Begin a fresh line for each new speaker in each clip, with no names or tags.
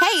Hey,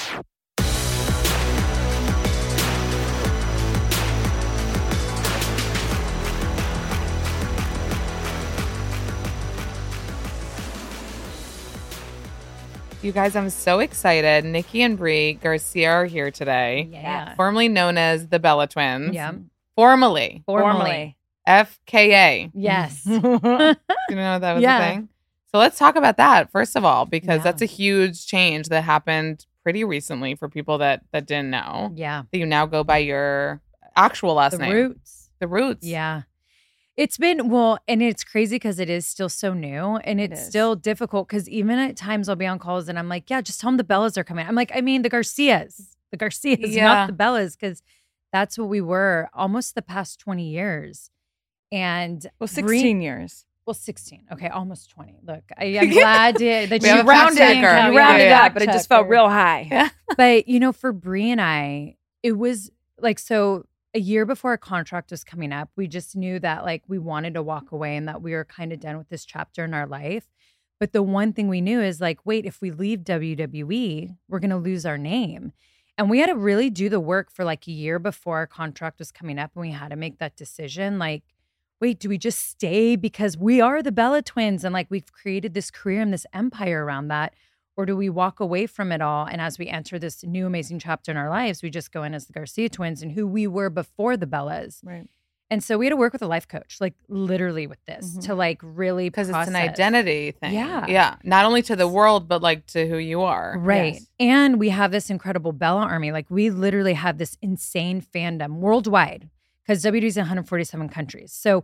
You guys, I'm so excited. Nikki and Brie Garcia are here today.
Yeah.
Formerly known as the Bella Twins.
Yeah.
Formerly.
Formally.
FKA.
Yes.
Do you know that was
Yeah.
a thing? So let's talk about that first of all, because
Yeah.
that's a huge change that happened pretty recently for people that that didn't know
yeah.
that you now go by your actual last
The
name,
roots.
the roots.
Yeah. It's been well, and it's crazy because it is still so new and
It
it's
is.
still difficult because even at times I'll be on calls and I'm like, yeah, just tell them the Bellas are coming. I'm like, I mean, the Garcias, the Garcias,
Yeah.
not the Bellas, because that's what we were almost the past 20 years. And
Well,
Bree-
16 years.
well, 16. Okay, almost 20. Look, I, am glad to, that
We
you
have a fact
rounded
checker. Yeah,
You
yeah,
rounded
yeah.
up, but it just felt
real.
real high.
but you know, for Bree and I, it was like so a year before our contract was coming up, we just knew that like we wanted to walk away and that we were kind of done with this chapter in our life. But the one thing we knew is like, wait, if we leave WWE, we're gonna lose our name. And we had to really do the work for like a year before our contract was coming up and we had to make that decision. Like, wait, do we just stay because we are the Bella twins and like we've created this career and this empire around that? or do we walk away from it all and as we enter this new amazing chapter in our lives we just go in as the garcia twins and who we were before the bellas
Right.
and so we had to work with a life coach like literally with this
Mhm.
to like really
Mm-hmm. Because it's an
process.
identity thing.
Yeah.
Yeah. Not only to the world, but like to who you are.
Right.
Yes.
And we have this incredible Bella army. Like we literally have this insane fandom worldwide because WD is in 147 countries. So,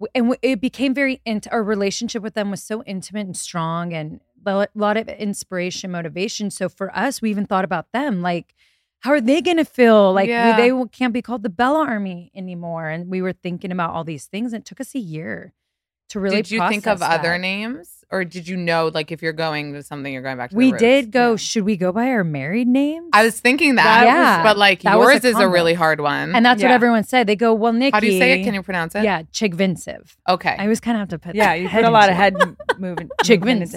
w- and w- it became very, int- our relationship with them was so intimate and strong and a lot of inspiration, motivation. So for us, we even thought about them like, how are they going to feel? Like we-
Yeah.
they w- can't be called the Bella army anymore. And we were thinking about all these things. And it took us a year to really
did you think of
process that.
other names, or did you know like if you're going to something, you're going back to? the
We
roots?
did go,
Yeah.
should we go by our married names?
I was thinking that,
That Yeah. was-
but like
that was
yours
a
is a
combo.
really hard one.
And that's what
Yeah.
everyone said. They go, well, Nikki.
Mm-hmm. how do you say it? Can you pronounce it?
Yeah, Chigvinsiv. I
Okay.
always kind of have to put.
Yeah,
that
you
head
put a lot of
into
head m- moving.
it.
movement into-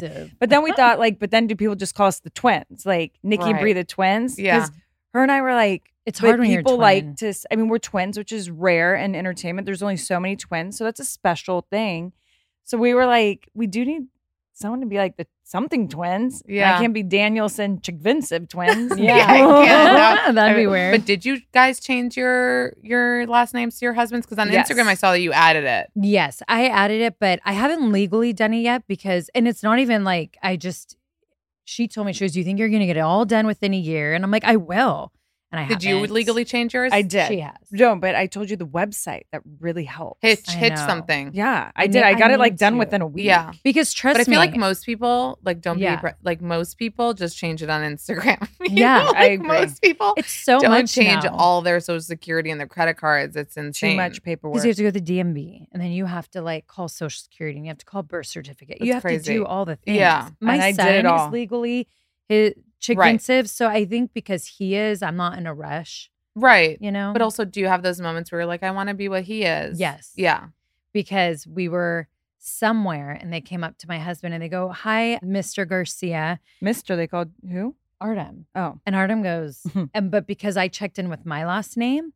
Chigvinsiv.
But then we thought, like, but then do people just call us the twins? Like Nikki and Brie,
Right.
the twins? 'Cause
Yeah.
Her and I were like,
It's
but
hard when you're
people
twin.
like to. s- I mean, we're twins, which is rare in entertainment. There's only so many twins, so that's a special thing. So we were like, we do need someone to be like the something twins. And
Yeah.
I can't be Danielson Chigvinsiv twins.
I can't. No.
Oh, That'd be
I-
weird.
But did you guys change your your last names to your husband's? Because on
Yes.
Instagram, I saw that you added it.
Yes, I added it, but I haven't legally done it yet because, and it's not even like I just she told me, she goes, Do you think you're gonna get it all done within a year? And I'm like, I will. And I
Did you
haven't.
legally change yours?
I did.
She has.
No, but I told you the website that really helped.
Hitch
I
hitch
know.
something.
Yeah, I
I
did.
need-
I got
I
it like
need
done
to.
within a week.
Yeah.
Because trust
But I feel
me,
like most people like don't
Yeah.
be appre- like most people just change it on Instagram. You
Yeah,
know, like
I agree.
most people
it's so
don't
much
change
now.
all their social security and their credit cards. It's insane.
Too much paperwork.
Because you have to go to the DMV and then you have to like call Social Security and you have to call birth certificate. you
That's
have to
crazy.
do all the things.
Yeah,
my
and I did
son
it all.
is legally his chicken
Right.
sieve, so I think because he is, I'm not in a rush.
Right.
You know,
But also do you have those moments where you're like, I want to be what he is?
Yes.
Yeah.
because we were somewhere and they came up to my husband and they go, "Hi, Mr. Garcia,
Mister, they called who?
Artem,"
Oh,
and Artem goes, and but because I checked in with my last name,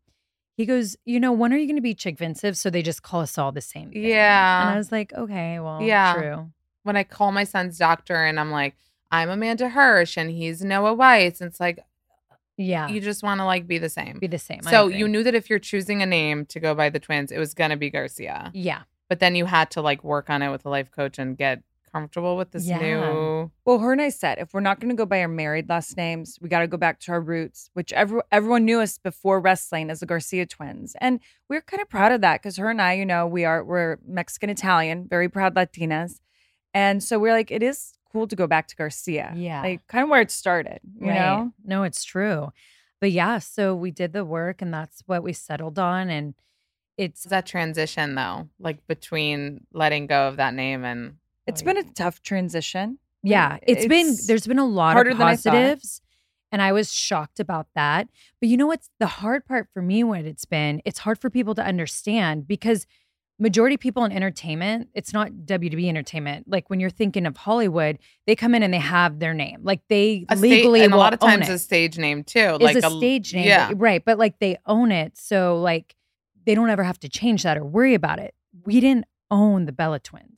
he goes, "You know, when are you going to be chicken sieve?" So they just call us all the same. thing." And I
Yeah.
was like, okay, well,
Yeah.
true.
When I call my son's doctor and I'm like, I'm Amanda Hirsch and he's Noah Weiss, it's like
Yeah.
you just want to like be the same.
be the same. I
So
agree.
you knew that if you're choosing a name to go by the twins, it was gonna be Garcia.
Yeah.
But then you had to like work on it with a life coach and get comfortable with this
Yeah.
new
well, her and I said if we're not going to go by our married last names, we got to go back to our roots, which every, everyone knew us before wrestling as the Garcia twins, and we're kind of proud of that because her and I, you know, we are we're Mexican Italian, very proud Latinas, and so we're like, it is cool to go back to Garcia,
Yeah.
like kind of where it started, you
Right.
know.
No, it's true. But yeah, so we did the work and that's what we settled on. And it's
It's that transition though, like between letting go of that name and Mm,
It's been a tough transition.
yeah, it's been there's been a lot
harder
of
than I thought.
positives. and I was shocked about that. But you know what's the hard part for me when it's been it's hard for people to understand because majority of people in entertainment, it's not WDB entertainment. Like when you're thinking of Hollywood, they come in and they have their name. Like they
a
legally
state, and a
will
lot of
own
times
it.
a stage name too.
is a stage name.
Yeah.
but- Right. But like they own it. So like they don't ever have to change that or worry about it. We didn't own the Bella twins.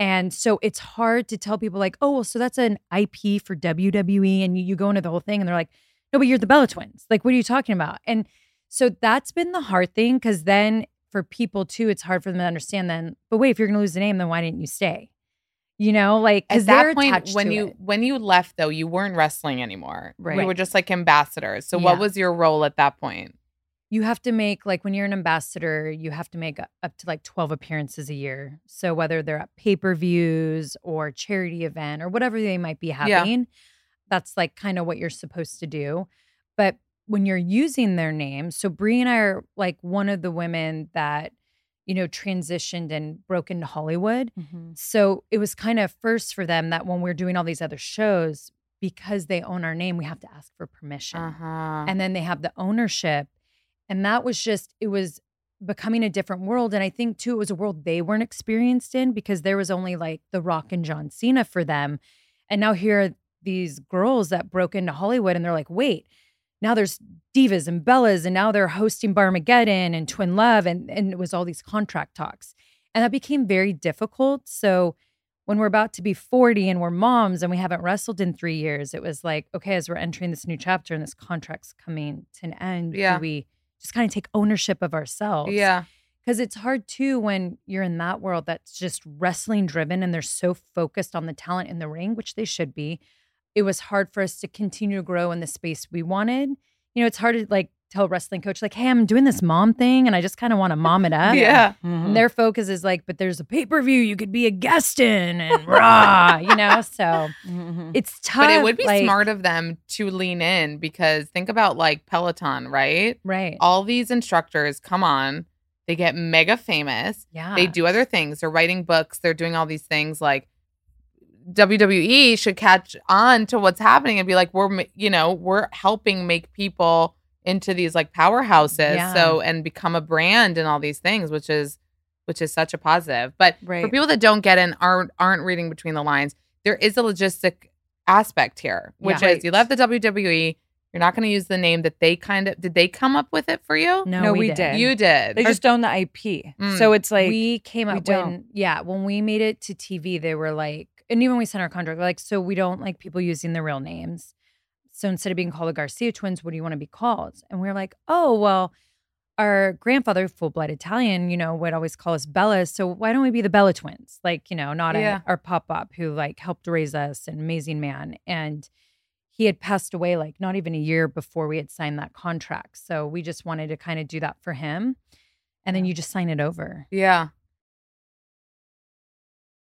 And so it's hard to tell people like, oh, well, so that's an IP for WWE. And you, you go into the whole thing and they're like, no, but you're the Bella twins. Like, what are you talking about? And so that's been the hard thing. Cause then for people too, it's hard for them to understand then, but wait, if you're going to lose the name, then why didn't you stay? You know, like,
At
cause
that
they're
point,
attached
when
to
you
it.
when you left though, you weren't wrestling anymore.
Right.
You were just like ambassadors. So
Yeah.
what was your role at that point?
you have to make like when you're an ambassador you have to make u- up to like 12 appearances a year so whether they're at pay-per-views or charity event or whatever they might be
Yeah.
having that's like kind of what you're supposed to do but when you're using their name so brie and i are like one of the women that you know transitioned and broke into hollywood so it was kind of first for them that when we're doing all these other shows because they own our name we have to ask for permission
Uh-huh.
and then they have the ownership and that was just it was becoming a different world and i think too it was a world they weren't experienced in because there was only like the rock and john cena for them and now here are these girls that broke into hollywood and they're like wait now there's divas and bellas and now they're hosting barmageddon and twin love and, and it was all these contract talks and that became very difficult so when we're about to be 40 and we're moms and we haven't wrestled in three years, it was like, okay, as we're entering this new chapter and this contract's coming to an end, do
Yeah.
we just kind of take ownership of ourselves.
yeah.
Because it's hard too when you're in that world that's just wrestling driven and they're so focused on the talent in the ring, which they should be. It was hard for us to continue to grow in the space we wanted. You know, it's hard to like tell a wrestling coach, like, hey, I'm doing this mom thing and I just kind of want to mom it up.
yeah.
Mm-hmm. Mm.
And their focus is like, but there's a pay per view you could be a guest in and raw, you know? So
Mm-hmm.
it's tough.
But it would be
like-
smart of them to lean in because think about like Peloton, right?
Right.
All these instructors come on, they get mega famous.
yeah.
They do other things. They're writing books. They're doing all these things. Like WWE should catch on to what's happening and be like, we're ma- you know we're helping make people into these like powerhouses.
Yeah.
So and become a brand and all these things, which is which is such a positive. But for
Right.
people that don't get and aren't aren't reading between the lines, there is a logistic aspect here, which
Yeah.
is you left the WWE. You're not going to use the name that they kind of did. They come up with it for you.
No,
No,
we,
we
did.
did.
you did.
They
Or-
just own the IP.
Mm.
So it's like
we came
we
up when,
don't.
yeah, when we made it to TV, they were like, and even when we sent our contract, like, so we don't like people using their real names. So instead of being called the Garcia twins, what do you want to be called? And we are like, oh, well, our grandfather, full blood Italian, you know, would always call us Bellas. So why don't we be the Bella twins? Like, you know, not a-
Yeah.
our pop up who like helped raise us, an amazing man. And he had passed away like not even a year before we had signed that contract. So we just wanted to kind of do that for him. And then you just sign it over.
Yeah.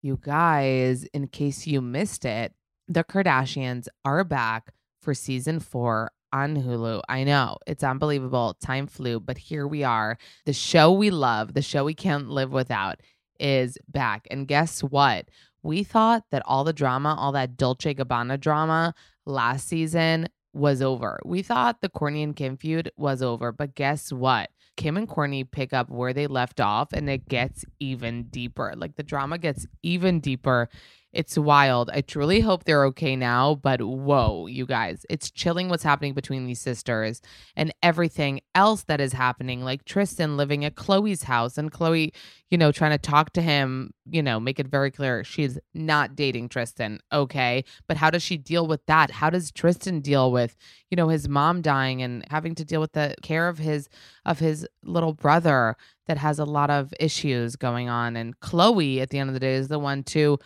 You guys, in case you missed it, the Kardashians are back for season four on Hulu. I know it's unbelievable. Time flew, but here we are. The show we love, the show we can't live without, is back. And guess what? We thought that all the drama, all that Dolce Gabbana drama last season was over. We thought the Kourtney and Kim feud was over, but guess what? Kim and Courtney pick up where they left off and it gets even deeper. Like the drama gets even deeper. It's wild. I truly hope they're okay now, but whoa, you guys, it's chilling what's happening between these sisters and everything else that is happening. Like Tristan living at Chloe's house and Chloe, you know, trying to talk to him, you know, make it very clear she's not dating Tristan, okay? But how does she deal with that? How does Tristan deal with, you know, his mom dying and having to deal with the care of his of his little brother that has a lot of issues going on. And Chloe, at the end of the day, is the one to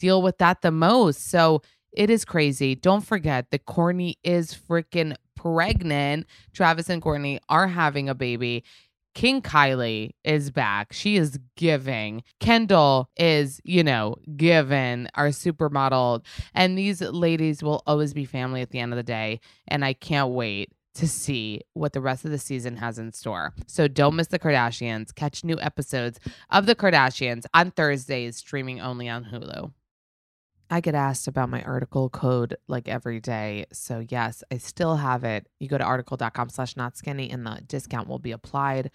deal with that the most. So it is crazy. Don't forget that Courtney is freaking pregnant. Travis and Courtney are having a baby. King Kylie is back. She is giving. Kendall is, you know, given our supermodel. And these ladies will always be family at the end of the day. And I can't wait to see what the rest of the season has in store. So don't miss the Kardashians. Catch new episodes of the Kardashians on Thursdays, streaming only on Hulu. I get asked about my article code like every day. So yes, I still have it. You go to article.com slash not skinny and the discount will be applied.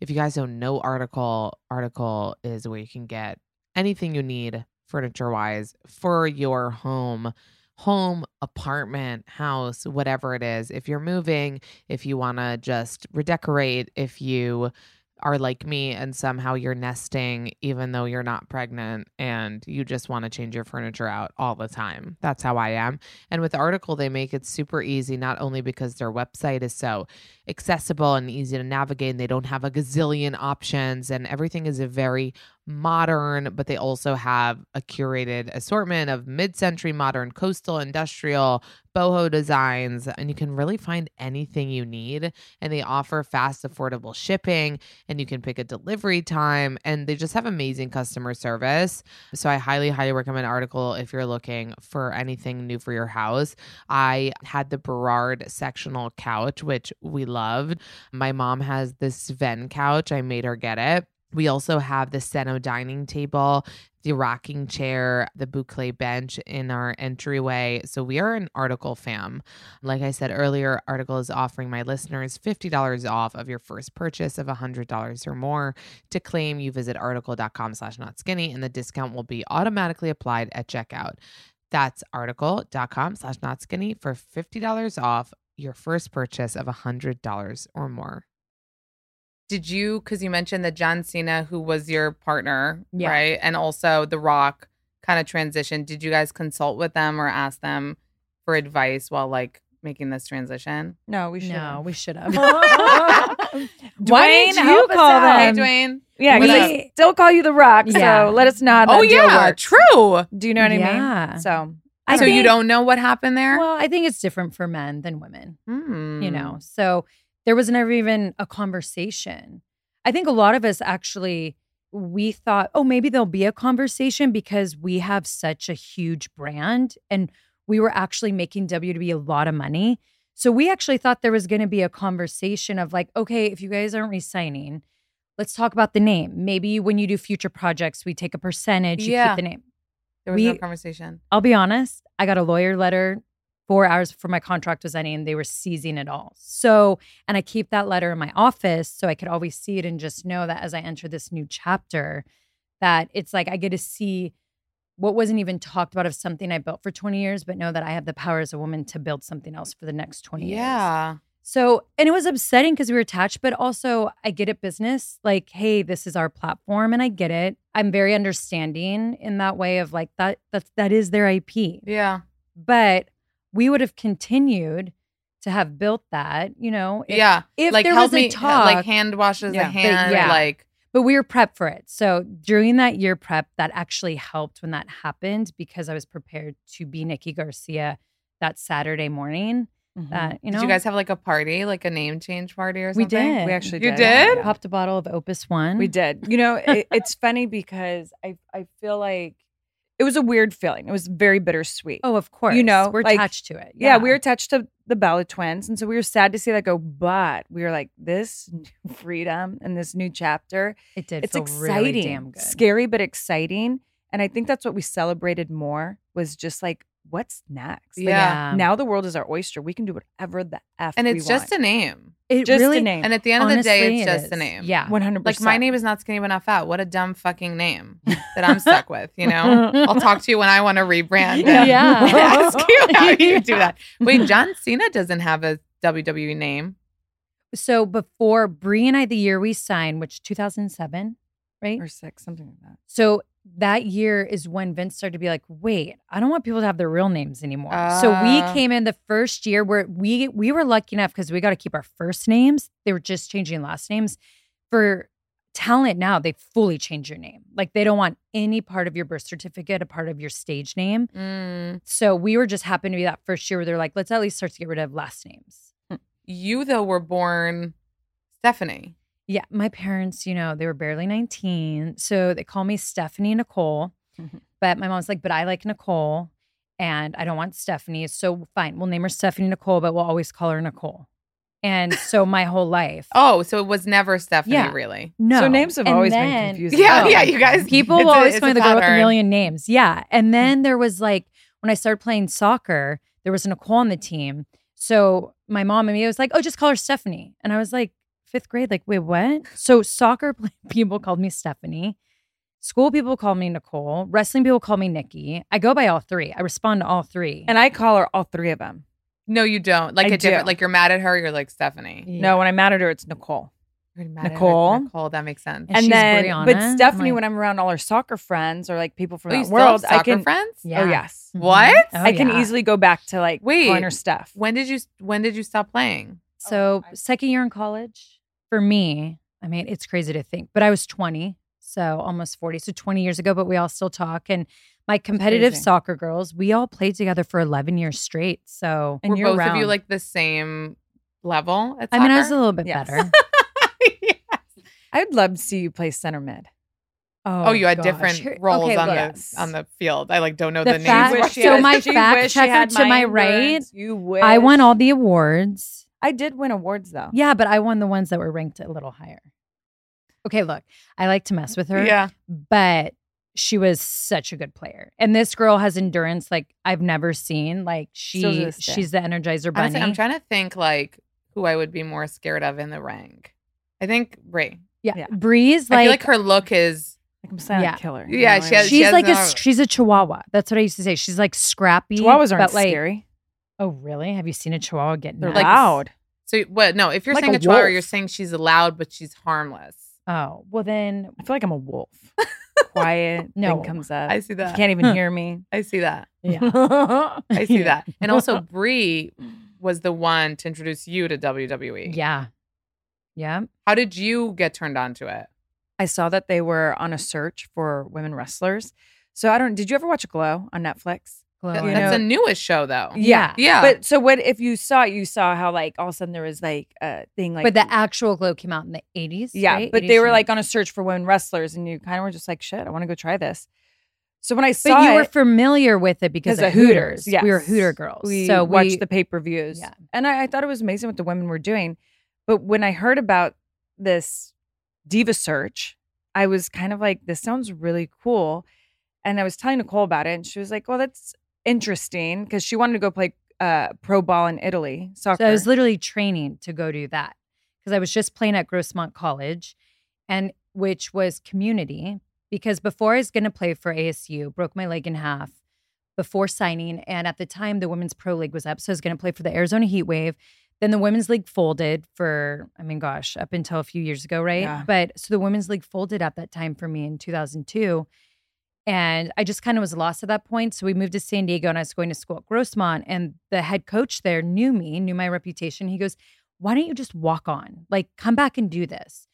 If you guys don't know article, article is where you can get anything you need furniture wise for your home home, apartment, house, whatever it is. If you're moving, if you want to just redecorate, if you are like me and somehow you're nesting even though you're not pregnant and you just want to change your furniture out all the time. That's how I am. And with Article, they make it super easy, not only because their website is so accessible and easy to navigate, and they don't have a gazillion options, and everything is a very modern, but they also have a curated assortment of mid century modern coastal industrial boho designs. And you can really find anything you need. And they offer fast, affordable shipping, and you can pick a delivery time. And they just have amazing customer service. So I highly, highly recommend Article if you're looking for anything new for your house. I had the Berard sectional couch, which we loved. My mom has this Sven couch. I made her get it. We also have the Seno dining table, the rocking chair, the boucle bench in our entryway. So we are an Article fam. Like I said earlier, Article is offering my listeners $50 off of your first purchase of $100 or more. To claim, you visit article.com slash not skinny and the discount will be automatically applied at checkout. That's article.com slash not skinny for $50 off your first purchase of $100 or more did you because you mentioned that john cena who was your partner
Yeah.
right and also the rock kind of transition did you guys consult with them or ask them for advice while like making this transition
No, we should.
No, we should have.
Why didn't Dwayne, you help us call out.
hey
them?
dwayne
Yeah, 'cause
What
I still call you the Rock.
Yeah.
So let us know. How that
oh
deal
yeah
works.
true
Do you know what I
Yeah.
mean? So
I
so you
think-
don't know what happened there
Well, I think it's different for men than women.
Hmm.
you know so there was never even a conversation i think a lot of us actually we thought oh maybe there'll be a conversation because we have such a huge brand and we were actually making wwe a lot of money so we actually thought there was going to be a conversation of like okay if you guys aren't resigning let's talk about the name maybe when you do future projects we take a percentage you
Yeah.
keep the name
there was no
we-
conversation
I'll be honest, I got a lawyer letter four hours before my contract was ending, and they were seizing it all. So, and I keep that letter in my office so I could always see it and just know that as I enter this new chapter, that it's like I get to see what wasn't even talked about of something I built for 20 years, but know that I have the power as a woman to build something else for the next 20 years.
yeah
So, and it was upsetting because we were attached, but also I get it business. Like, hey, this is our platform and I get it. I'm very understanding in that way of like that that's that is their IP.
yeah
But we would have continued to have built that, you know. If,
yeah.
If
like
there
help
was a
me uh,
talk,
like hand washes
Yeah.
a
But
hand
yeah.
like
but we were prepped for it. So during that year prep, that actually helped when that happened because I was prepared to be Nikki Garcia that Saturday morning.
Mm-hmm.
That you know,
Mm-hmm. did you guys have like a party, like a name change party or
we
something?
did.
We actually
You
did.
did?
Yeah.
popped a bottle of Opus One.
We did. You know, it, it's funny because I I feel like it was a weird feeling. It was very bittersweet.
Oh, of course.
know,
we're
like-
attached to it.
yeah, we were attached to the Bella twins, and so we were sad to see that go. But we were like, this new freedom and this new chapter,
It did.
it's
feel
exciting,
Really damn good.
scary but exciting. And I think that's what we celebrated more was just like, what's next? Like,
Yeah.
Um
now the world is our oyster. We can do whatever the f.
And
we
it's just a
want.
name.
It
just a
really.
name.
And at the end of the day,
honestly,
it's
it
just a
is.
name.
Yeah.
one hundred
Like
percent.
my name is not skinny but not fat. What a dumb fucking name that I'm stuck with, you know? I'll talk to you when I want to rebrand. and
Yeah.
ask you how you do that. Wait, John Cena doesn't have a WWE name.
So before Brie and I, the year we signed, which 2007, right?
or six, something like that.
So that year is when Vince started to be like, wait, I don't want people to have their real names anymore. so we
Ah.
came in the first year where we we were lucky enough because we got to keep our first names. They were just changing last names. For talent now, they fully change your name. Like they don't want any part of your birth certificate, a part of your stage name.
Mm.
So we were just happened to be that first year where they're like, let's at least start to get rid of last names.
You though were born Stephanie.
Yeah, my parents, you know, they were barely 19. So they call me Stephanie Nicole.
Mhm.
But my mom's like, but I like Nicole and I don't want Stephanie. So fine, we'll name her Stephanie Nicole, but we'll always call her Nicole. And so my whole life.
Oh, so it was never Stephanie
Yeah.
really.
no.
So names have
And
always been
then-
confusing.
Yeah,
Oh.
yeah, you guys.
People
it's
will
a-
always
it's
find the girl with a
pattern.
million names. Yeah.
Mm-hmm.
And then there was like when I started playing soccer, there was Nicole on the team. So my mom and me was like, oh, just call her Stephanie. And I was like, fifth grade, like, wait, what? So soccer play- people called me Stephanie. School people called me Nicole. Wrestling people call me Nikki. I go by all three. I respond to all three.
And I call her all three of them.
No, you don't. Like
I
a different
do.
like you're mad at her, you're like Stephanie.
No, when I'm mad at her, it's Nicole.
You're mad at her, it's
Nicole.
Nicole, that makes sense.
And
and
she's
then,
Brianna.
but Stephanie,
I'm like-
when I'm around all her soccer friends or like people from
Oh, you
that
still have
world, I
soccer
can.
friends?
Yeah.
Oh yes,
Mhm.
What?
Oh,
I can
yeah.
easily go back to like
Wait.
corner stuff.
When did you when did you stop playing?
So second year in college for me, I mean, it's crazy to think, but I was 20, so almost 40, so 20 years ago, but we all still talk. And my competitive
crazy.
soccer girls, we all played together for 11 years straight. So
and
Were
you're
both of you
around.
like the same level at
I mean, I was a
soccer?
little bit
Yes.
better.
Yes.
I'd love to see you play center mid.
Oh, you had
gosh. Here-
different roles
okay,
on
look,
the on the field. I like don't know
The
the,
fact-
names.
Wish she so had- my she fact wish she checker had to my my right, endurance.
You wish.
I won all the awards.
I did win awards though.
Yeah, but I won the ones that were ranked a little higher. Okay, look, I like to mess with her.
Yeah.
but she was such a good player. And this girl has endurance like I've never seen. Like
Still to
she
this day.
she's the energizer bunny.
Honestly, I'm trying to think like who I would be more scared of in the rank. I think Brie.
yeah.
Yeah.
Bree's
I
like,
feel like her look is
Like I'm a silent
Yeah.
killer.
Yeah,
what
she
I
has-
mean?
she's
has
like a
no-
she's a chihuahua. That's what I used to say. She's like scrappy.
Chihuahuas aren't
but like,
scary.
Oh really? Have you seen a chihuahua get
They're
nuts?
like-
loud.
so what no, if you're
Like
saying
a
a chihuahua,
wolf.
you're saying she's loud but she's harmless.
Oh well then
I feel like I'm a wolf. Quiet.
No.
Thing comes up.
I see that.
You can't even hear me.
I see that.
yeah.
I see
Yeah.
that. And also Brie was the one to introduce you to E. WWE.
yeah. Yeah.
How did you get turned on to it?
I saw that they were on a search for women wrestlers. So I don't. Did you ever watch Glow on Netflix?
Glow
That-
in
That's
it.
the newest show though.
Yeah.
Yeah.
But so what? If you saw it, you saw how like all of a sudden there was like a thing like.
but the actual glow came out in the eighties.
yeah,
right?
but they were
80s.
like on a search for women wrestlers, and you kind of were just like, "Shit, I want to go try this." So when I saw
But you
it,
were familiar with it because of Hooters.
yes.
We were Hooter girls.
We
so
watched
we,
the pay per views.
Yeah.
And I, I thought it was amazing what the women were doing. But when I heard about this diva search, I was kind of like, this sounds really cool. And I was telling Nicole about it, and she was like, well, that's interesting because she wanted to go play uh, pro ball in Italy, soccer.
So I was literally training to go do that because I was just playing at Grossmont College, and which was community. Because before I was going to play for ASU, broke my leg in half before signing, and at the time the women's pro league was up, so I was going to play for the Arizona Heat Wave. Then the women's league folded for, I mean, gosh, up until a few years ago, right?
Yeah.
But so the women's league folded at that time for me in 2002. And I just kind of was lost at that point. So we moved to San Diego and I was going to school at Grossmont. And the head coach there knew me, knew my reputation. He goes, Why don't you just walk on? Like, come back and do this.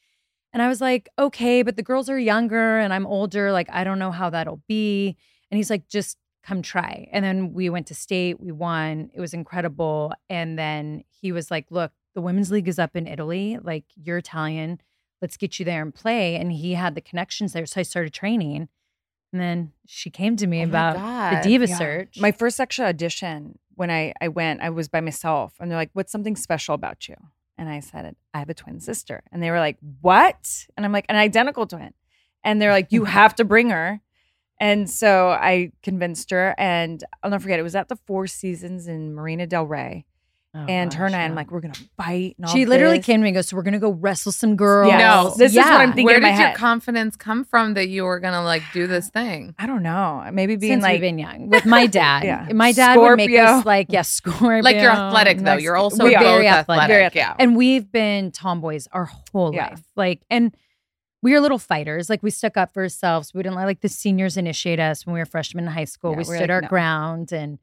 And I was like, Okay, but the girls are younger and I'm older. Like, I don't know how that'll be. And he's like, Just come try. And then we went to state, we won. It was incredible. And then he was like, Look, the women's league is up in Italy. Like, you're Italian. Let's get you there and play. And he had the connections there. So I started training. And then she came to me
Oh my
about
God.
the Diva
Yeah.
Search.
My first actual audition when I, I went, I was by myself. And they're like, What's something special about you? And I said, I have a twin sister. And they were like, What? And I'm like, An identical twin. And they're like, You have to bring her. And so I convinced her. And I'll never forget, it was at the Four Seasons in Marina Del Rey.
Oh
Oh
and her and I, I'm like, We're going to fight. And all
she literally
this."
came to me and goes, So we're going to go wrestle some girls.
No, this is what I'm thinking
Where
in
did
my
your
head.
confidence come from that you were gonna like do this thing?
I don't know. Maybe being
Since
like,
we've been young with my dad.
Yeah.
My dad would make
Scorpio.
us like, yeah, Scorpio.
Like you're athletic though. You're also
We are.
both
Very athletic.
Very
athletic. Yeah.
And we've been tomboys our whole
Yeah.
life. Like, and we were little fighters. Like, we stuck up for ourselves. We didn't let like the seniors initiate us when we were freshmen in high school.
Yeah,
we
we're
stood
like,
our
no.
ground, and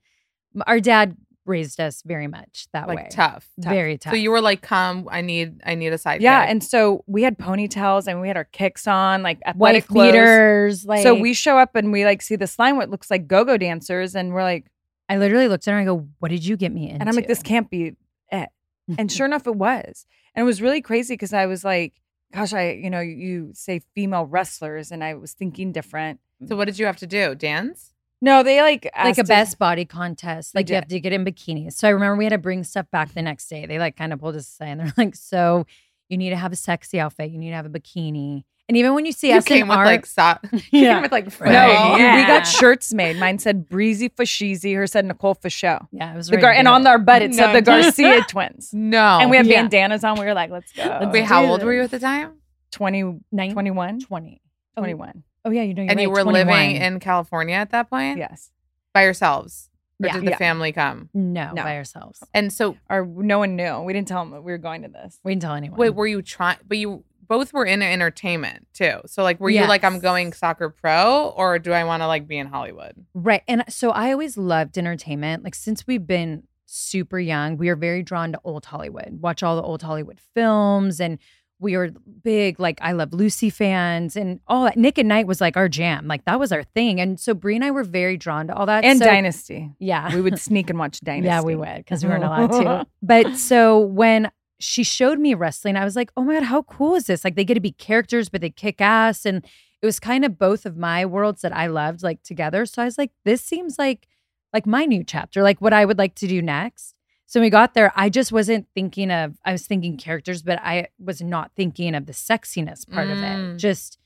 our dad raised us very much that
like
way.
tough.
Very tough.
So you were like, come, I need I need a side.
yeah, and so we had ponytails and we had our kicks on, like athletic
white
clothes.
leaders. Like,
so we show up and we like see this line what looks like go-go dancers and we're like
I literally looked at her and I go, "What did you get me into?"
and i'm like this can't be it and sure enough it was and it was really crazy because i was like gosh i you know you say female wrestlers and i was thinking different
so what did you have to do? Dance?
no they like
like
asked
a
us-
best body contest.
We
Like you have to get in bikinis. So I remember we had to bring stuff back the next day. They like kind of pulled us aside and they're like, "So you need to have a sexy outfit. You need to have a bikini." And even when you see
you
us
came
in
with
our
like sock.
Yeah.
came with like
no
frills.
we- we
Yeah.
got shirts made mine said breezy fashizi her said nicole Fischel.
yeah, it was
the
very
gar- and
good.
on our butt it said
No.
the garcia twins
No.
and we had
Yeah.
bandanas on we were like let's go
Wait, how old were you at the time?
20
Nine-
21
20. Oh,
21
Oh yeah, you know, you're
and you
right,
were
21.
living in California at that point?
yes
By yourselves? Or
Yeah.
did the
Yeah.
family come?
no,
No.
by ourselves.
And so
or no one knew. We didn't tell them we were going to this.
We didn't tell anyone.
Wait, were you trying? But you both were in entertainment too. So like, were you like, I'm
Yes.
going soccer pro, or do I want to like be in Hollywood?
Right. And so I always loved entertainment. Like since we've been super young, we are very drawn to old Hollywood. Watch all the old Hollywood films and we are big like I Love Lucy fans and all that. Nick and Knight was like our jam. Like that was our thing. And so Brie and I were very drawn to all that.
And
So-
Dynasty.
Yeah.
We would sneak and watch Dynasty.
Yeah, we would because we weren't allowed to. But so when she showed me wrestling, I was like, oh my God, how cool is this? Like they get to be characters, but they kick ass. And it was kind of both of my worlds that I loved like together. So I was like, this seems like like my new chapter, like what I would like to do next. So when we got there, I just wasn't thinking of I was thinking characters, but I was not thinking of the sexiness part of it.
Mm.
Just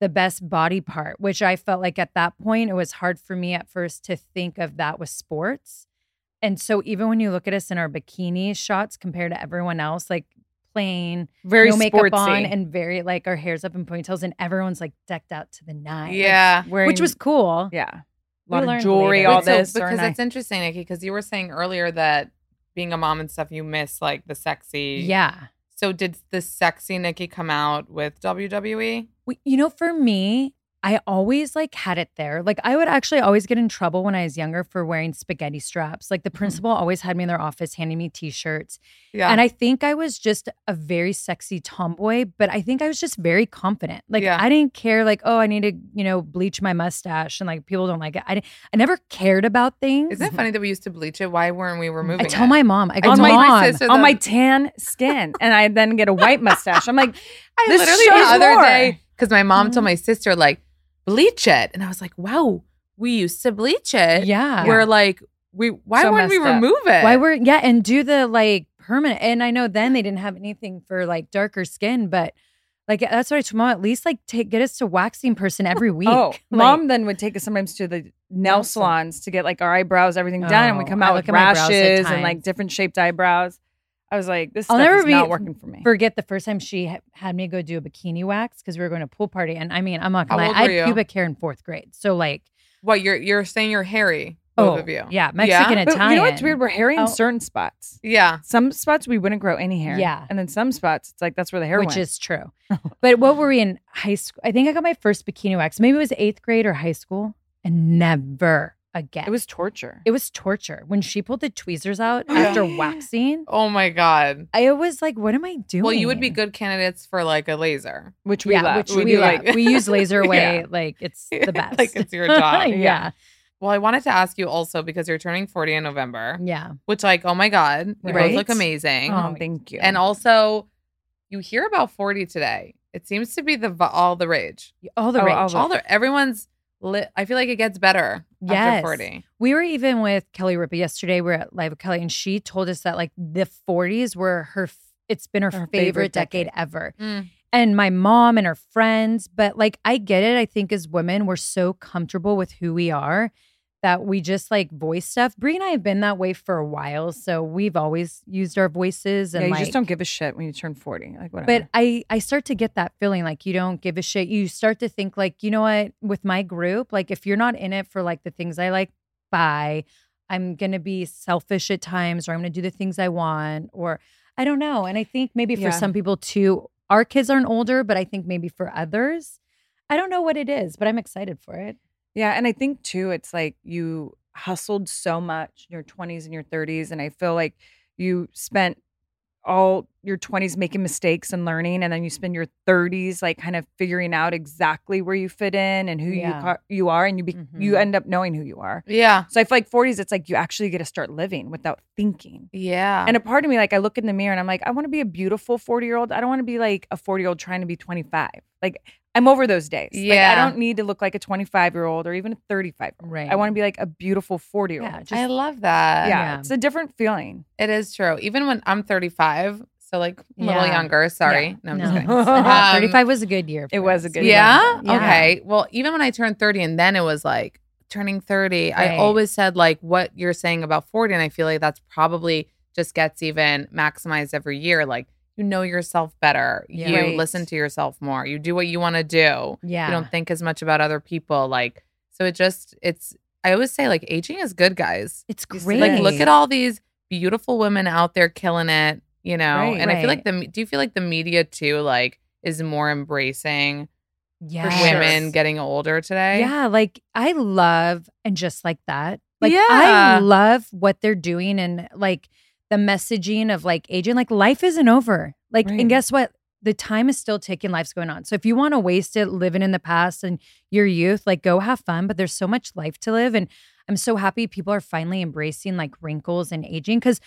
the best body part, which I felt like at that point it was hard for me at first to think of that with sports. And so even when you look at us in our bikini shots compared to everyone else, like plain,
Very
no makeup
sportsy.
on, and very like our hair's up in ponytails, and everyone's like decked out to the nines.
Yeah.
Wearing-
which was cool.
yeah,
We
lot of
learned
jewelry,
later.
all
Wait, so-
this, or
because
not.
that's interesting, Nikki. Because you were saying earlier that being a mom and stuff, you miss like the sexy.
Yeah.
So did the sexy Nikki come out with E? WWE?
We- You know, for me, I always like had it there. Like I would actually always get in trouble when I was younger for wearing spaghetti straps. Like the principal always had me in their office handing me t-shirts.
Mm-hmm. Yeah.
And I think I was just a very sexy tomboy, but I think I was just very confident. Like
Yeah.
I didn't care like, oh, I need to, you know, bleach my mustache and like people don't like it. I didn't, I never cared about things.
Isn't it funny that we used to bleach it? Why weren't we removing
Mm, I
it?
tell my mom. I go,
told
mom,
my sister-
on my
that-
tan skin, and I then get a white mustache. I'm like,
I
This
literally
shows
the other
more.
day because my mom
Mm-hmm.
told my sister like bleach it, and I was like, wow, we used to bleach it.
yeah.
We're like, we why
So
wouldn't we
messed up.
remove it?
Why were yeah, and do the like permanent. And I know then they didn't have anything for like darker skin, but like that's what I told mom. At least like take get us to waxing person every week.
oh,
Like,
mom. Then would take us sometimes to the nail
Nail salon.
salons to get like our eyebrows, everything done, and we
Oh,
come
I
out
look
with
at my brows at
rashes and
times.
like different shaped eyebrows. I was like, this
I'll
stuff is
never be-
not working for me.
forget the first time she ha- had me go do a bikini wax because we were going to a pool party, and I mean I'm not gonna lie,
How old
I
were you?
had pubic hair in fourth grade, so like
What you're you're saying you're hairy? Both
Oh,
of you.
yeah, Mexican
Yeah?
and-
But you know what's weird?
Italian.
We're hairy in
Oh.
certain spots.
yeah.
Some spots we wouldn't grow any hair.
Yeah.
And then some spots it's like that's where the hair
which
went. Oh.
is true. but what were we in high school? I think I got my first bikini wax. Maybe it was eighth grade or high school, and never again.
it was torture.
it was torture when she pulled the tweezers out
Yeah.
after waxing.
Oh my god.
I was like, "What am I doing?"
Well, you would be good candidates for like a laser.
which we
yeah,
love.
which
We
we,
do
love.
like-
we use laser
Yeah.
away. Like it's the best.
Like, it's your job.
yeah,
Well, I wanted to ask you also because you're turning 40 in November,
yeah. Um,
which like, oh my god, you both
Right?
look amazing.
oh, thank you.
And also, you hear about 40 today. It seems to be the v- all the rage.
All the
Oh,
rage.
all
All the everyone's lit. I feel like it gets better after
Yes.
40.
We were even with Kelly Ripa yesterday. We were at Live with Kelly, and she told us that like the 40s were her. f- It's been her,
Her
favorite,
favorite
decade,
decade.
ever.
Mm.
And my mom and her friends, but like I get it. I think as women, we're so comfortable with who we are that we just like voice stuff. Brie and I have been that way for a while, so we've always used our voices
yeah,
and
you
like.
just don't give a shit when you turn 40. Like whatever.
but I I start to get that feeling like you don't give a shit. You start to think like, you know what, with my group, like if you're not in it for like the things I like, bye. I'm going to be selfish at times or I'm going to do the things I want or I don't know. And I think maybe for
Yeah.
some people too, our kids aren't older, but I think maybe for others, I don't know what it is, but I'm excited for it.
Yeah, and I think too, it's like you hustled so much in your 20s and your 30s, and I feel like you spent all your 20s making mistakes and learning, and then you spend your 30s like kind of figuring out exactly where you fit in and who
Yeah.
you ca- you are, and you be- you
Mhm.
end up knowing who you are.
Yeah.
So I feel like 40s, it's like you actually get to start living without thinking.
Yeah.
And a part of me, like I look in the mirror and I'm like, I want to be a beautiful 40 year old. I don't want to be like a 40 year old trying to be 25. Like I'm over those days.
Yeah.
Like, I don't need to look like a 25 year old or even a 35 year old.
Right.
I want to be like a beautiful 40 year old.
Yeah, just
I love that.
Yeah,
yeah.
It's a different feeling.
It is true. Even when I'm 35, so like a little
Yeah.
younger. Sorry.
Yeah.
No, I'm just
No,
kidding. Um,
it's not. 35 was a good year.
Um, it
for
was a
us.
good
We
year.
Yeah?
loved it.
Okay. Well, even when I turned 30 and then it was like turning 30, I
Right.
always said like what you're saying about 40 and I feel like that's probably just gets even maximized every year like you know yourself better.
Yeah.
You
Right.
listen to yourself more. You do what you want to do.
Yeah.
You don't think as much about other people like so it just it's I always say like aging is good, guys.
It's
You see,
great.
Like look at all these beautiful women out there killing it, you know.
Right.
And I feel like
Right.
the me- do you feel like the media too like is more embracing for
Yes.
women getting older today.
Yeah, like I love and just like that. Like
Yeah.
I love what they're doing and like the messaging of like aging. Like life isn't over. Like
Right.
and guess what? The time is still ticking. Life's going on. So if you want to waste it living in the past and your youth, like go have fun. But there's so much life to live, and I'm so happy people are finally embracing like wrinkles and aging because.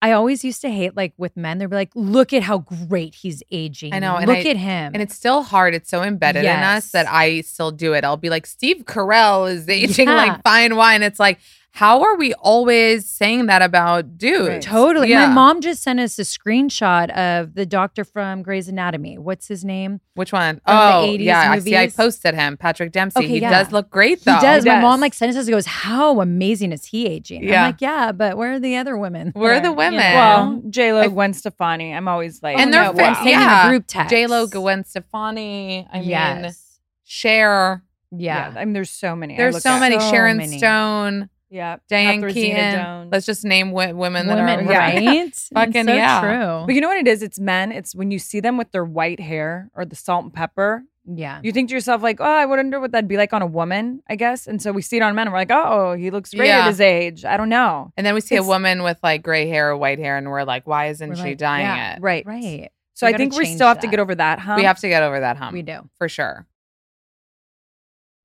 I always used to hate like with men, they'd be like, look at how great he's aging.
I know, and
Look
I-
at him.
And it's still hard. It's so embedded in us
Yes.
that I still do it. I'll be like, Steve Carell is aging
Yeah.
like fine wine. It's like, how are we always saying that about dudes?
Right.
Totally.
Yeah.
My mom just sent us a screenshot of the doctor from Grey's Anatomy. What's his name?
Which one?
the
Oh,
80s
yeah. I see. I
movies.
posted him, Patrick Dempsey.
Okay,
he
yeah.
does look great, though.
he does.
He
My
does.
mom like sent us this and goes, How amazing is he aging?
Yeah.
I'm like, Yeah, but where are the other women?
Where are the
You know?
women?
Well, J Lo,
I-
Gwen Stefani. I'm always like,
And
Oh, no,
they're fit-
I'm saying in
yeah.
a group text.
J Lo, Gwen Stefani. I mean,
yes.
Cher.
Yeah.
I mean, there's so many. I
There's
look
so
at-
many.
So
Sharon
many.
Stone,
Yeah,
Diane
Katharina
Keaton.
Jones.
Let's just name w- women that
Women,
are
yeah.
right? It's
Fucking
so
yeah.
But
True.
you know what it is? It's men. It's when you see them with their white hair or the salt and pepper.
Yeah.
You think to yourself, like, oh, I wonder what that'd be like on a woman, I guess. And so we see it on men. And we're like, oh, he looks great
Yeah.
at his age. I don't know.
And then we see a
It's-
woman with like gray hair or white hair, and we're like, why isn't
We're
she
like,
dyeing
yeah,
it?
Right.
Right.
So
We
I
gotta
think we
change
still have to
that.
get over that, huh?
We have to get over that hump.
We do.
For sure.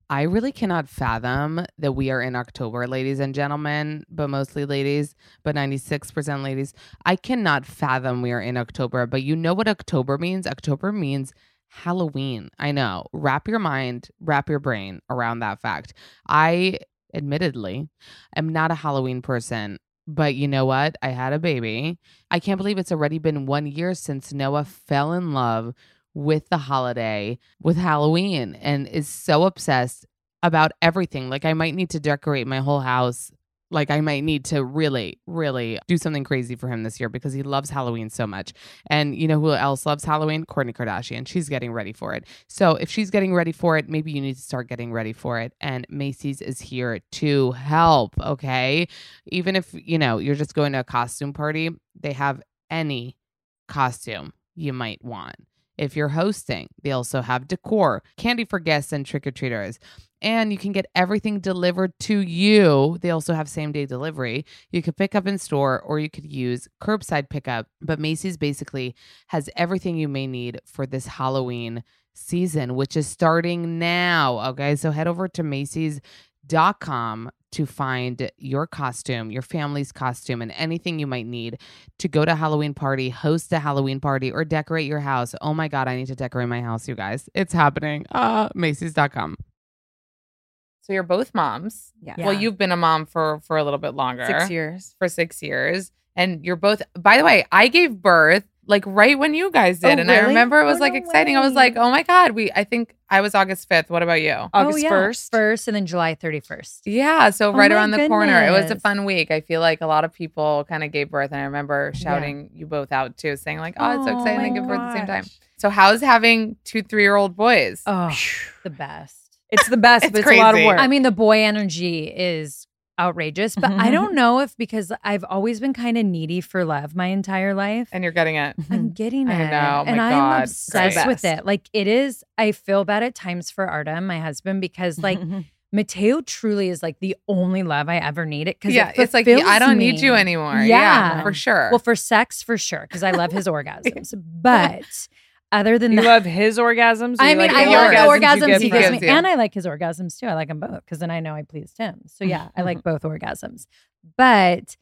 I really cannot fathom that we are in October, ladies and gentlemen, but mostly ladies, but 96% ladies. I cannot fathom we are in October, but you know what October means? October means Halloween. I know. Wrap your mind, wrap your brain around that fact. I admittedly am not a Halloween person, but you know what? I had a baby. I can't believe it's already been one year since Noah fell in love with the holiday, with Halloween, and is so obsessed about everything. Like, I might need to decorate my whole house like I might need to really, really do something crazy for him this year because he loves Halloween so much. And you know who else loves Halloween? Kourtney Kardashian. She's getting ready for it. So if she's getting ready for it, maybe you need to start getting ready for it. And Macy's is here to help. Okay, even if you know you're just going to a costume party, they have any costume you might want. If you're hosting, they also have decor, candy for guests and trick or treaters. And you can get everything delivered to you. They also have same day delivery. You could pick up in store or you could use curbside pickup. But Macy's basically has everything you may need for this Halloween season, which is starting now. Okay, so head over to Macy's.com to find your costume, your family's costume, and anything you might need to go to Halloween party, host a Halloween party, or decorate your house. Oh my God, I need to decorate my house, you guys. It's happening. Uh, Macy's.com. So you're both moms.
Yeah.
Well, you've been a mom for for a little bit longer.
Six years.
For six years. And you're both by the way, I gave birth like right when you guys did.
Oh,
and I
really?
remember it was
Oh,
like
no
exciting. I was
way.
like, oh my God, we I think I was August fifth. What about you?
August
Oh, yeah.
1st.
First and then July 31st.
Yeah,
Oh
so right
my
around the corner. It was a
goodness.
fun week. I feel like a lot of people kind of gave birth, and I remember shouting you both out too, saying like, "Oh, it's so
Oh
exciting
my
to give birth at the same time."
gosh.
So how's having two three-year-old boys?
Oh, the best.
It's the best,
It's
but it's a lot of
crazy.
work.
I mean, the boy energy is outrageous, but I don't know if because I've always been kind of needy for love my entire life.
And you're getting it.
I'm getting it.
I know. Oh My
and
God.
I'm
Great.
obsessed with
Best.
it. Like it is, I feel bad at times for Artem, my husband, because like Mateo truly is like the only love I ever needed. Because
yeah, it's like I don't need you anymore. Yeah,
Yeah.
for sure.
Well, for sex, for sure, because I love his orgasms. But other than
you
that,
love his orgasms. or
I
you
mean,
like
I
the
love the
orgasms you
orgasms
get
he
from
gives
him?
me,
you.
and I like his orgasms too. I like them both because then I know I pleased him. So yeah, I
Mm-hmm.
like both orgasms. But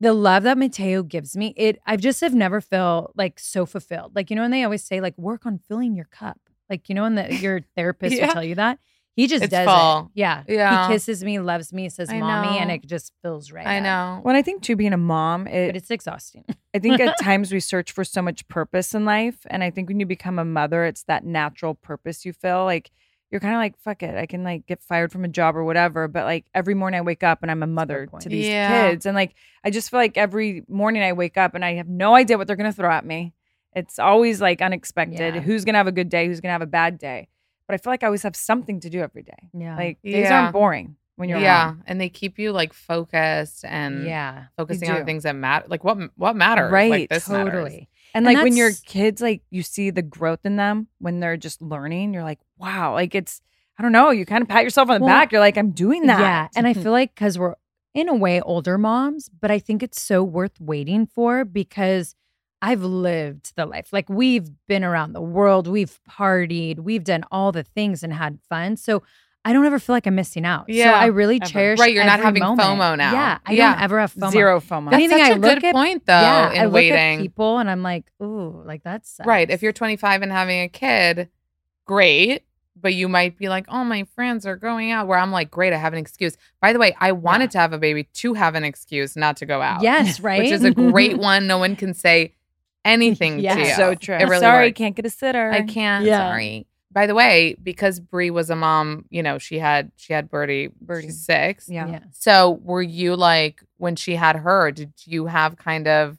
the love that Mateo gives me, it I've just have never felt like so fulfilled. Like you know, and they always say like work on filling your cup. Like you know, and the, your therapist
Yeah.
will tell you that he just
It's
does
full.
it. Yeah,
Yeah.
He kisses me, loves me, says
I
mommy, and
know.
it just fills right.
I
up.
know.
Well, I think too, being a mom,
but
it,
it's exhausting.
I think at times we search for so much purpose in life, and I think when you become a mother, it's that natural purpose you feel like you're kind of like fuck it, I can like get fired from a job or whatever, but like every morning I wake up and I'm a mother
point.
to these
Yeah.
kids, and like I just feel like every morning I wake up and I have no idea what they're gonna throw at me. It's always like unexpected.
Yeah.
Who's gonna have a good day? Who's gonna have a bad day? But I feel like I always have something to do every day.
Yeah.
Like days
Yeah.
aren't boring when you're
yeah,
a mom.
and they keep you like focused and
yeah,
focusing
They
on the
do.
things that matter. Like what what matters? Like
Right,
this matters.
totally.
And,
And
like when your
that's-
kids, like you see the growth in them when they're just learning, you're like, wow, like it's, I don't know, you kind of pat yourself on the
Well,
back. You're like, I'm doing that.
Yeah. And I feel like because we're in a way older moms, but I think it's so worth waiting for because I've lived the life. Like we've been around the world, we've partied, we've done all the things and had fun. So I don't ever feel like I'm missing out.
Yeah,
so I really cherish.
Right, you're not
every
having
moment.
FOMO now.
Yeah, I
Yeah.
don't ever have FOMO.
zero FOMO.
That's
Anything
such
I
a good
look at-
point though
yeah,
in
I look
waiting.
at people and I'm like, ooh, like that sucks.
Right. If you're 25 and having a kid, great. But you might be like, oh, my friends are going out. Where I'm like, great, I have an excuse. By the way, I wanted to have a baby to have an excuse not to go out.
yes, right,
Which is a great one. No one can say anything
Yeah.
to you.
so true.
It really
Sorry,
worked.
can't get a sitter.
I can't.
Yeah.
Sorry. By the way, because Brie was a mom, you know, she had she had Birdie,
Birdie.
Birdie six.
Yeah.
Yeah.
So were you like when she had her? Did you have kind of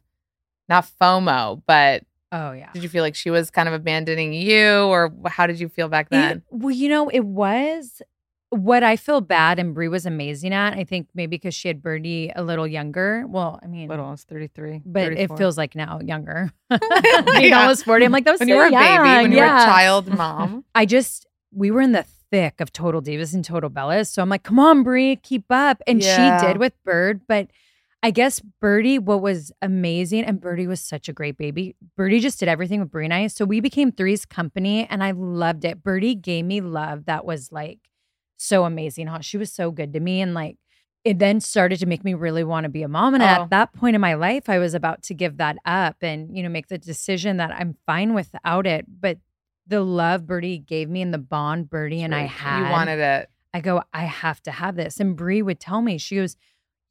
not FOMO, but
Oh yeah.
did you feel like she was kind of abandoning you, or how did you feel back
It-
then?
well, you know, it was what I feel bad and Brie was amazing at. I think maybe because she had Birdie a little younger. Well, I mean,
Little, I was 33.
but
34.
it feels like now younger. You know,
Yeah.
I was 40. I'm like, that was
when
so
you were a
young.
baby, when you were a
Yeah.
child mom,
I just, we were in the thick of Total Divas and Total Bellas. So I'm like, come on, Brie, keep up. And
Yeah.
she did with Bird. But I guess Birdie, what was amazing, and Birdie was such a great baby. Birdie just did everything with Brie and I. So we became Three's Company and I loved it. Birdie gave me love that was like so amazing. How she was so good to me. And like, it then started to make me really want to be a mom. And
Oh.
at that point in my life, I was about to give that up and, you know, make the decision that I'm fine without it. But the love Birdie gave me and the bond Birdie and I had,
you wanted it.
I go, I have to have this. And Brie would tell me, she goes,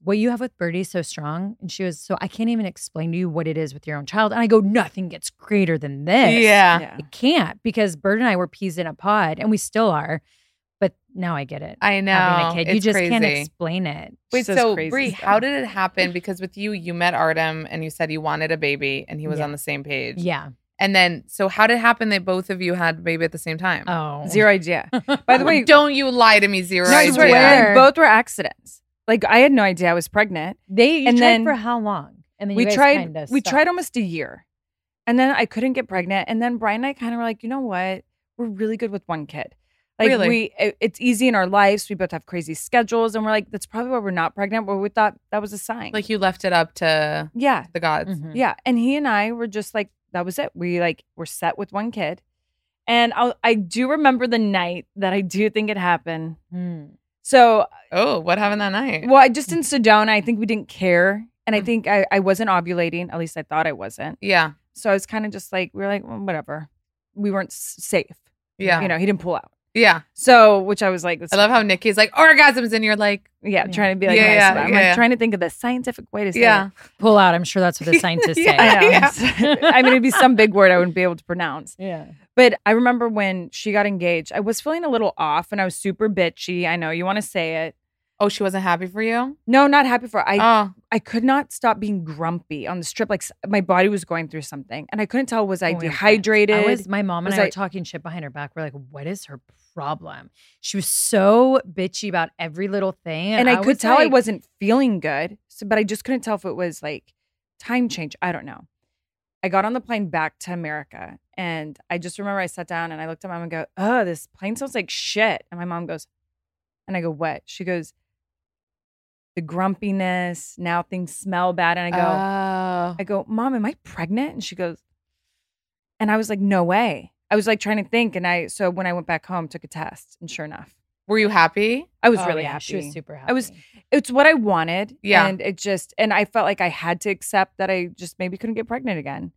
What you have with Birdie is so strong. And she goes, So I can't even explain to you what it is with your own child. And I go, Nothing gets greater than this.
Yeah.
Yeah.
It can't because Bird and I were peas in a pod and we still are. But now I get it.
I know.
Having a kid, you
It's
just can't
crazy.
explain it.
Wait,
says
so
crazy
Brie,
stuff.
how did it happen? Because with you, you met Artem and you said you wanted a baby and he was
Yeah.
on the same page.
Yeah.
And then, so how did it happen that both of you had a baby at the same time?
Oh,
Zero idea. By the way,
don't you lie to me, Zero.
no, I
idea.
swear,
Where?
they both were accidents. Like I had no idea I was pregnant.
They you
And
tried
then
for how long? And then you
we
guys
tried
kinda
we
stopped.
tried almost a year. And then I couldn't get pregnant. And then Brian and I kind of were like, you know what? We're really good with one kid. Like
Really?
we it- it's easy in our lives. We both have crazy schedules. And we're like, that's probably why we're not pregnant. But we thought that was a sign.
Like you left it up to
Yeah.
the gods.
Mhm.
Yeah, and he and I were just like that was it. We like were set with one kid, and I I do remember the night that I do think it happened.
Mm.
So
Oh, what happened that night?
well, I just in Sedona, I think we didn't care, and I
Mm.
think I I wasn't ovulating. At least I thought I wasn't.
yeah.
So I was kind of just like we were like well, whatever. We weren't s- safe.
Yeah.
You know, he didn't pull out.
yeah.
So which I was like, this,
I love how Nikki's like orgasms and you're like,
yeah, trying to be like,
Yeah,
nice
yeah,
about it. I'm
yeah,
like
yeah.
trying to think of the scientific way to say it.
yeah.
pull out. I'm sure that's what the scientists say.
I know.
Yeah.
I mean, it'd be some big word I wouldn't be able to pronounce.
Yeah.
But I remember when she got engaged, I was feeling a little off and I was super bitchy. I know you want to say it.
Oh, she wasn't happy for you?
No, not happy for I
oh,
I could not stop being grumpy on the strip. Like s- my body was going through something and I couldn't tell was I
Oh my God.
dehydrated?
I was, my mom and
Was
I
I-
were talking shit behind her back. We're like, what is her problem? She was so bitchy about every little thing.
and I, could
was
tell I
like-
wasn't feeling good. So but I just couldn't tell if it was like time change. I don't know. I got on the plane back to America and I just remember I sat down and I looked at my mom and go, Oh, this plane sounds like shit. And my mom goes, and I go, What? She goes, The grumpiness, now things smell bad. And I go,
Oh.
I go, Mom, am I pregnant? And she goes, and I was like, No way. I was like trying to think. And I so when I went back home, took a test, and sure enough.
Were you happy?
I was
Oh,
really
yeah,
happy
She was super happy.
I was- it's what I wanted.
Yeah.
And it just, and I felt like I had to accept that I just maybe couldn't get pregnant again.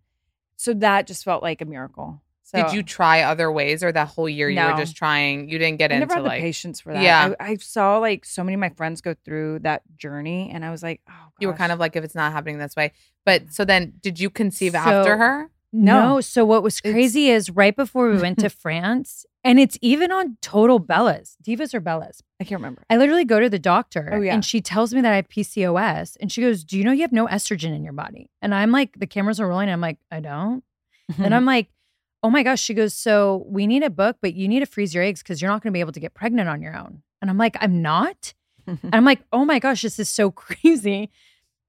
So that just felt like a miracle. So
Did you try other ways or that whole year you
No.
were just trying? You didn't get
I never
into
had the
like,
patience for that.
Yeah.
I, I saw like so many of my friends go through that journey and I was like, oh,
you were kind
gosh.
of like, if it's not happening this way. But so then did you conceive after
So-
her?
no.
No.
So what was
It's-
crazy is right before we went to France, and it's even on Total Bellas, Divas or Bellas.
I can't remember.
I literally go to the doctor
Oh, yeah.
and she tells me that I have PCOS and she goes, Do you know you have no estrogen in your body? And I'm like, the cameras are rolling. I'm like, I don't. And
Mm-hmm.
I'm like, oh my gosh. She goes, so we need a book, but you need to freeze your eggs because you're not going to be able to get pregnant on your own. And I'm like, I'm not. and I'm like, oh my gosh, this is so crazy.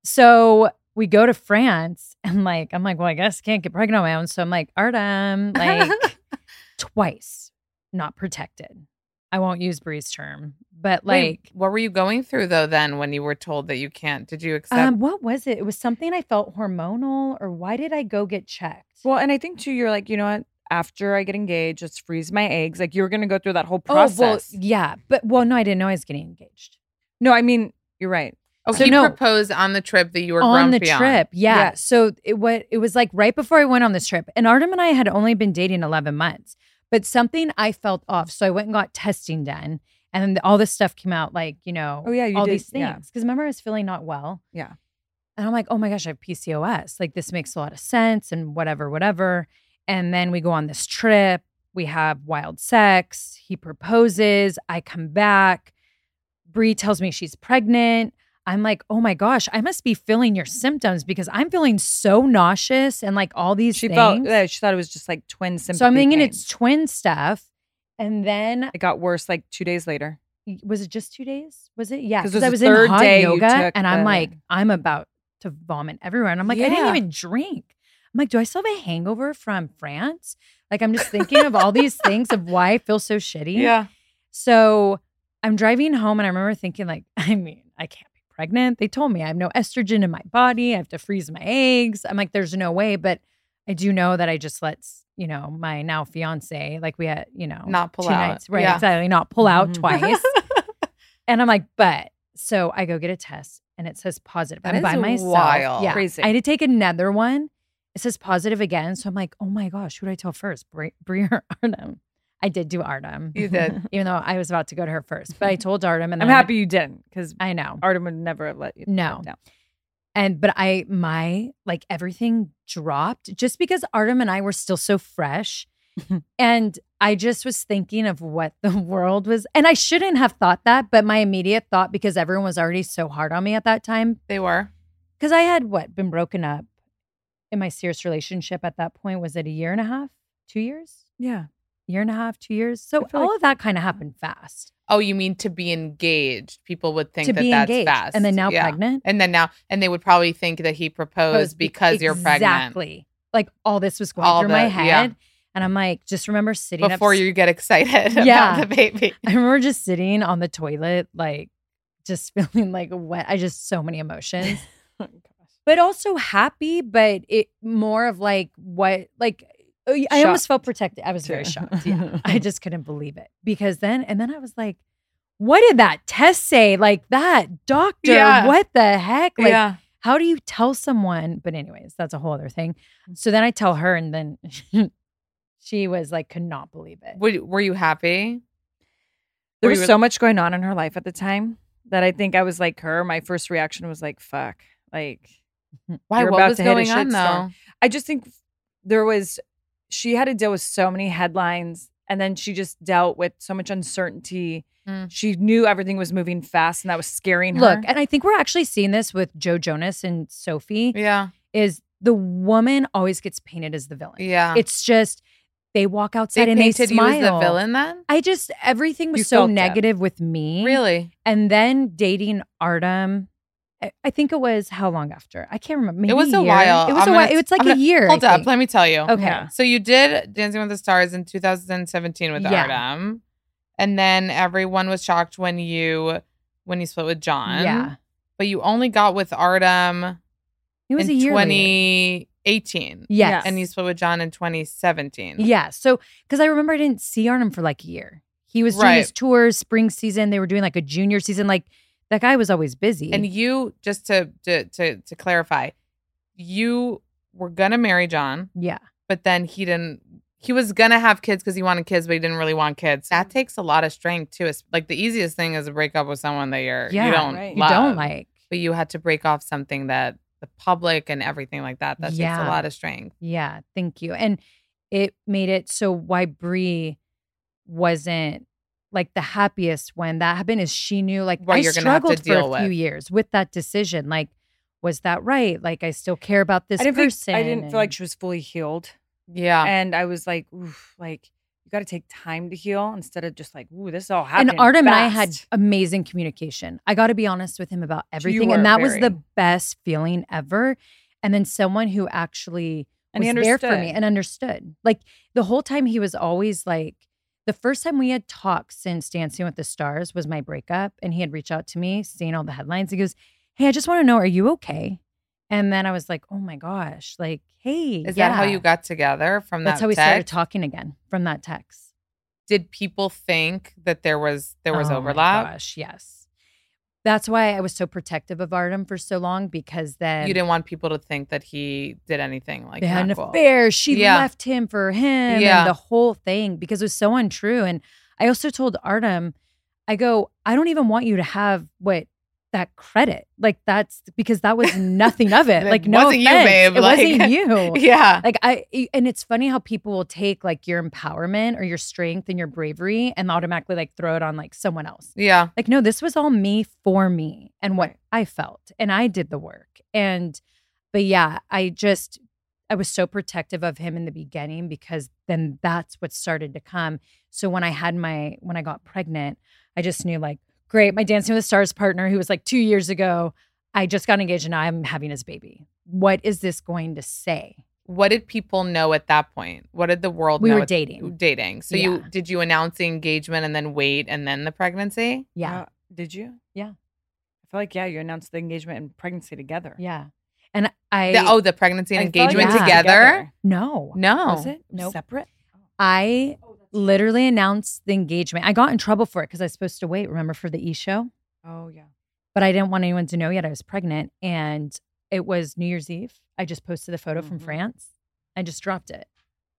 So we go to France and like, I'm like, well, I guess I can't get pregnant on my own. So I'm like, Artem, like twice, not protected. I won't use Bree's term, but
Wait,
like,
what were you going through though then when you were told that you can't? Did you accept?
um, what was it? It was something I felt hormonal, or why did I go get checked?
well, and I think too, you're like, you know what? After I get engaged, just freeze my eggs. Like you were going to go through that whole process.
Oh, well, yeah. But, well, no, I didn't know I was getting engaged.
no, I mean, you're right.
oh,
so
he
no.
proposed on the trip that you were
on the
grumpy
trip. Yeah.
Yeah.
So it what it was like right before I went on this trip, and Artem and I had only been dating eleven months, but something I felt off. So I went and got testing done, and then all this stuff came out, like you know,
Oh, yeah, you
all
did-
these
yeah.
things. Because remember, I was feeling not well.
Yeah.
And I'm like, oh my gosh, I have PCOS. Like this makes a lot of sense, and whatever, whatever. And then we go on this trip. We have wild sex. He proposes. I come back. Bree tells me she's pregnant. I'm like, oh my gosh, I must be feeling your symptoms because I'm feeling so nauseous and like all these
She
things.
felt, yeah, she thought it was just like twin symptoms.
so I'm thinking it's twin stuff. And then
it got worse like two days later.
was it just two days? Was it? Yeah,
'Cause
because
it
I
was
was
the
in
third
hot
day you
yoga,
took
and I'm
the-
like, I'm about to vomit everywhere, and I'm like, I
Yeah.
didn't even drink. I'm like, do I still have a hangover from France? Like, I'm just thinking of all these things of why I feel so shitty.
Yeah.
So I'm driving home, and I remember thinking, like, I mean, I can't be pregnant. They told me I have no estrogen in my body. I have to freeze my eggs. I'm like, there's no way, but I do know that I just let s- you know my now fiance, like we had, you know,
Not pull
two
out.
nights, right?
Yeah. Mm-hmm.
Exactly, not pull out
Mhm.
twice. And I'm like, but so I go get a test and it says positive. I'm
That is
by myself.
wild.
Yeah.
Crazy.
I had to take another one. It says positive again. So I'm like, oh my gosh, who do I tell first? Bri Brie or Artem? I did do Artem,
You did.
even though I was about to go to her first. But I told Artem and
I'm
then I-
happy you didn't because
I know.
Artem would never have let you.
No.
No.
And but I my like everything dropped just because Artem and I were still so fresh. and I just was thinking of what the world was, and I shouldn't have thought that, but my immediate thought, because everyone was already so hard on me at that time,
They were.
because I had what been broken up in my serious relationship at that point. Was it a year and a half, two years,
Yeah.
year and a half, two years? So
feel
all
like-
of that kind of happened fast
Oh, you mean to be engaged? People would think
to
that
be
that's
engaged,
fast.
and then now
Yeah.
pregnant.
And then now, and they would probably think that he
Because
proposed
be-
because you're pregnant.
Exactly. Like all this was going
All
through my
the-
head,
yeah.
and I'm like, just remember sitting
Before
ups-
you get excited
Yeah.
about the baby.
I remember just sitting on the toilet, like just feeling like what I just so many emotions,
Oh, gosh.
but also happy, but it more of like what like uh, I I almost felt
Shocked.
protected. I was very
Too.
shocked. Yeah. I just couldn't believe it because then and then I was like, what did that test say? Like that doctor,
Yeah.
what the heck? Like
yeah.
how do you tell someone? But anyways, that's a whole other thing.
Mm.
So then I tell her and then she was like could not believe it.
Were, were you happy?
There
Were
was
you-
so much going on in her life at the time that I think I was like her. My first reaction was like, fuck. Like,
Mm-hmm.
Why?
You're
what
about
was
to hit a
going on
shitstorm.
though?
I just think there was, she had to deal with so many headlines and then she just dealt with so much uncertainty.
Mm.
She knew everything was moving fast and that was scaring her.
Look, and I think we're actually seeing this with Joe Jonas and Sophie
Yeah.
is the woman always gets painted as the villain.
Yeah.
It's just they walk outside
they
and they
painted
smile.
you as the villain then?
I just everything was
You
so
felt that.
negative with me.
Really?
And then dating Artem. I, I think it was how long after? I can't remember. Maybe
it was a
year.
while.
It was
I'm
a
gonna-
while. It was like
I'm
a
gonna-
year. I
Hold up.
think.
Let me tell you.
Okay.
Yeah.
So you did Dancing with the Stars in 2017 with
Yeah.
Artem, and then everyone was shocked when you when you split with John.
Yeah.
But you only got with Artem
It was
in
a year. later.
2018,
Yes.
and you split with John in 2017.
Yeah. So, because I remember I didn't see Artem for like a year. He was doing his
Right.
tours, spring season. They were doing like a junior season. Like that guy was always busy.
And you just to to to, to clarify, you were gonna marry John,
yeah.
but then he didn't. He was gonna have kids because he wanted kids, but he didn't really want kids.
Mm-hmm.
That takes a lot of strength too. It's like the easiest thing is to break up with someone that you're
Yeah,
you don't
right.
You don't
love.
like.
but you had to break off something that the public and everything like that. That takes
Yeah.
a lot of strength.
Yeah. Thank you. And it made it so why Brie wasn't like the happiest when that happened is she knew like
What
I
you're gonna have to
struggled for
deal
a few
with.
years with that decision. Like, was that right? Like, I still care about this
I didn't,
person.
think, I didn't feel like
and-
she was fully healed.
Yeah.
And I was like, oof, like, you got to take time to heal instead of just like, ooh, this all happened.
and Artem
fast.
and I had amazing communication. I got to be honest with him about everything,
were
and that was the
very-
best feeling ever. And then someone who actually
And he
was there for me
understood.
and understood. Like the whole time, he was always like, the first time we had talked since Dancing with the Stars was my breakup, and he had reached out to me, seeing all the headlines. He goes, "Hey, I just want to know, are you okay?" And then I was like, "Oh my gosh, like, hey,
Is that how
yeah."
you got together from
That's
that
how we
text?
started talking again from that text.
Did people think that there was there was
Oh my
overlap?
gosh, yes. That's why I was so protective of Artem for so long because then
You didn't want people to think that he did anything like
they had an
not cool.
affair. She
Yeah.
left him for him
Yeah.
and the whole thing because it was so untrue. And I also told Artem, I go, I don't even want you to have what that credit. Like that's because that was nothing of it.
That
Like no
wasn't you,
offense.
babe.
It
Like-
wasn't you.
Yeah.
Like I e, and it's funny how people will take like your empowerment or your strength and your bravery and automatically like throw it on like someone else.
Yeah.
Like, no, this was all me for me and what I felt, and I did the work. And, but yeah, I just, I was so protective of him in the beginning because then that's what started to come. So when I had my, when I got pregnant, I just knew like, great, my Dancing with the Stars partner, who was like two years ago, I just got engaged and I'm having his baby. What is this going to say?
What did people know at that point? What did the world
We
know
were
at-
dating.
dating. So you did you announce the engagement and then wait and then the pregnancy?
Yeah.
Uh, did you?
Yeah.
I feel like, yeah, you announced the engagement and pregnancy together.
Yeah. And I,
The- oh, the pregnancy and
I felt like
engagement
it was
Yeah.
together?
no.
No.
Was it?
Nope.
Separate? Oh,
I literally announced the engagement. I got in trouble for it because I was supposed to wait, remember, for the e show,
Oh, yeah.
but I didn't want anyone to know yet I was pregnant. And it was New Year's Eve. I just posted the photo from
Mhm.
France. I just dropped it.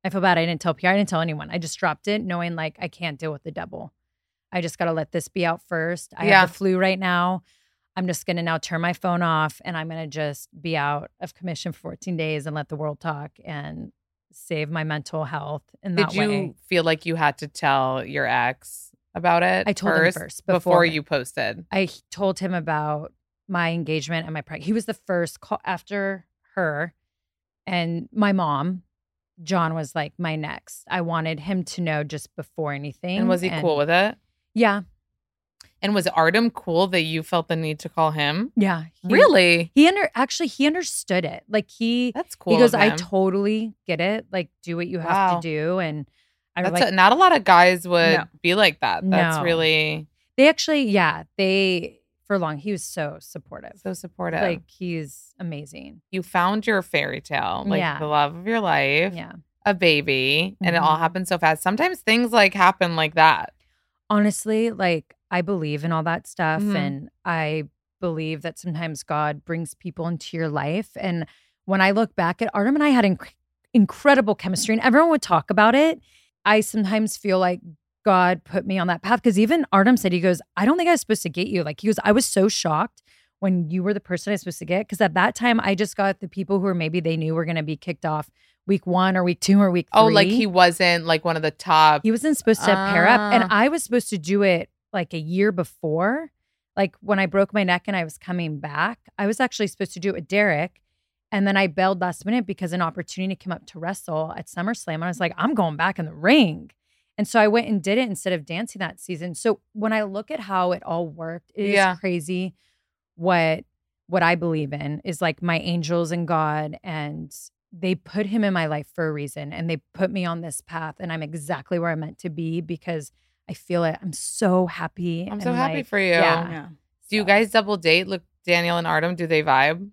I feel bad. I didn't tell PR. I didn't tell anyone. I just dropped it knowing like I can't deal with the double. I just got to let this be out first. I
Yeah.
have the flu right now. I'm just going to now turn my phone off and I'm going to just be out of commission for 14 days and let the world talk. And save my mental health in that
Did you
way.
feel like you had to tell your ex about it?
I told him
first,
first,
before,
before.
you posted.
I h- told him about my engagement and my pregnancy. He was the first call after her and my mom. John was like my next. I wanted him to know just before anything.
And was he cool with it?
Yeah,
And was Artem cool that you felt the need to call him?
yeah. He,
Really?
He under actually he understood it. Like he
That's cool.
he goes,
of
I
him.
totally get it. Like do what you have
Wow.
to do. And I
That's
like
a- not a lot of guys would
No.
be like that. That's
No.
really
they actually yeah they for long he was so supportive.
so supportive.
Like he's amazing.
you found your fairy tale, like
Yeah.
the love of your life,
Yeah.
a baby, and it all
Mhm.
happened so fast. Sometimes things like happen like that.
honestly, like I believe in all that stuff
Mhm.
and I believe that sometimes God brings people into your life and when I look back at Artem and I had inc- incredible chemistry and everyone would talk about it, I sometimes feel like God put me on that path because even Artem said he goes, "I don't think I was supposed to get you." Like he goes, "I was so shocked when you were the person I was supposed to get because at that time I just got the people who are maybe they knew were going to be kicked off week 1 or week 2 or week 3."
Oh, like he wasn't like one of the top.
He wasn't supposed to pair up, and
Ah.
I was supposed to do it like a year before. Like when I broke my neck and I was coming back, I was actually supposed to do it with Derek. And then I bailed last minute because an opportunity came up to wrestle at SummerSlam. And I was like, I'm going back in the ring. And so I went and did it instead of dancing that season. So when I look at how it all worked, it is
Yeah.
crazy what what I believe in is like my angels and God and they put him in my life for a reason and they put me on this path and I'm exactly where I'm meant to be because I feel it. I'm so happy.
I'm
and,
so happy
like,
for you.
Yeah.
Yeah.
Do you
So-
guys double date? Look, Daniel and Artem, do they vibe?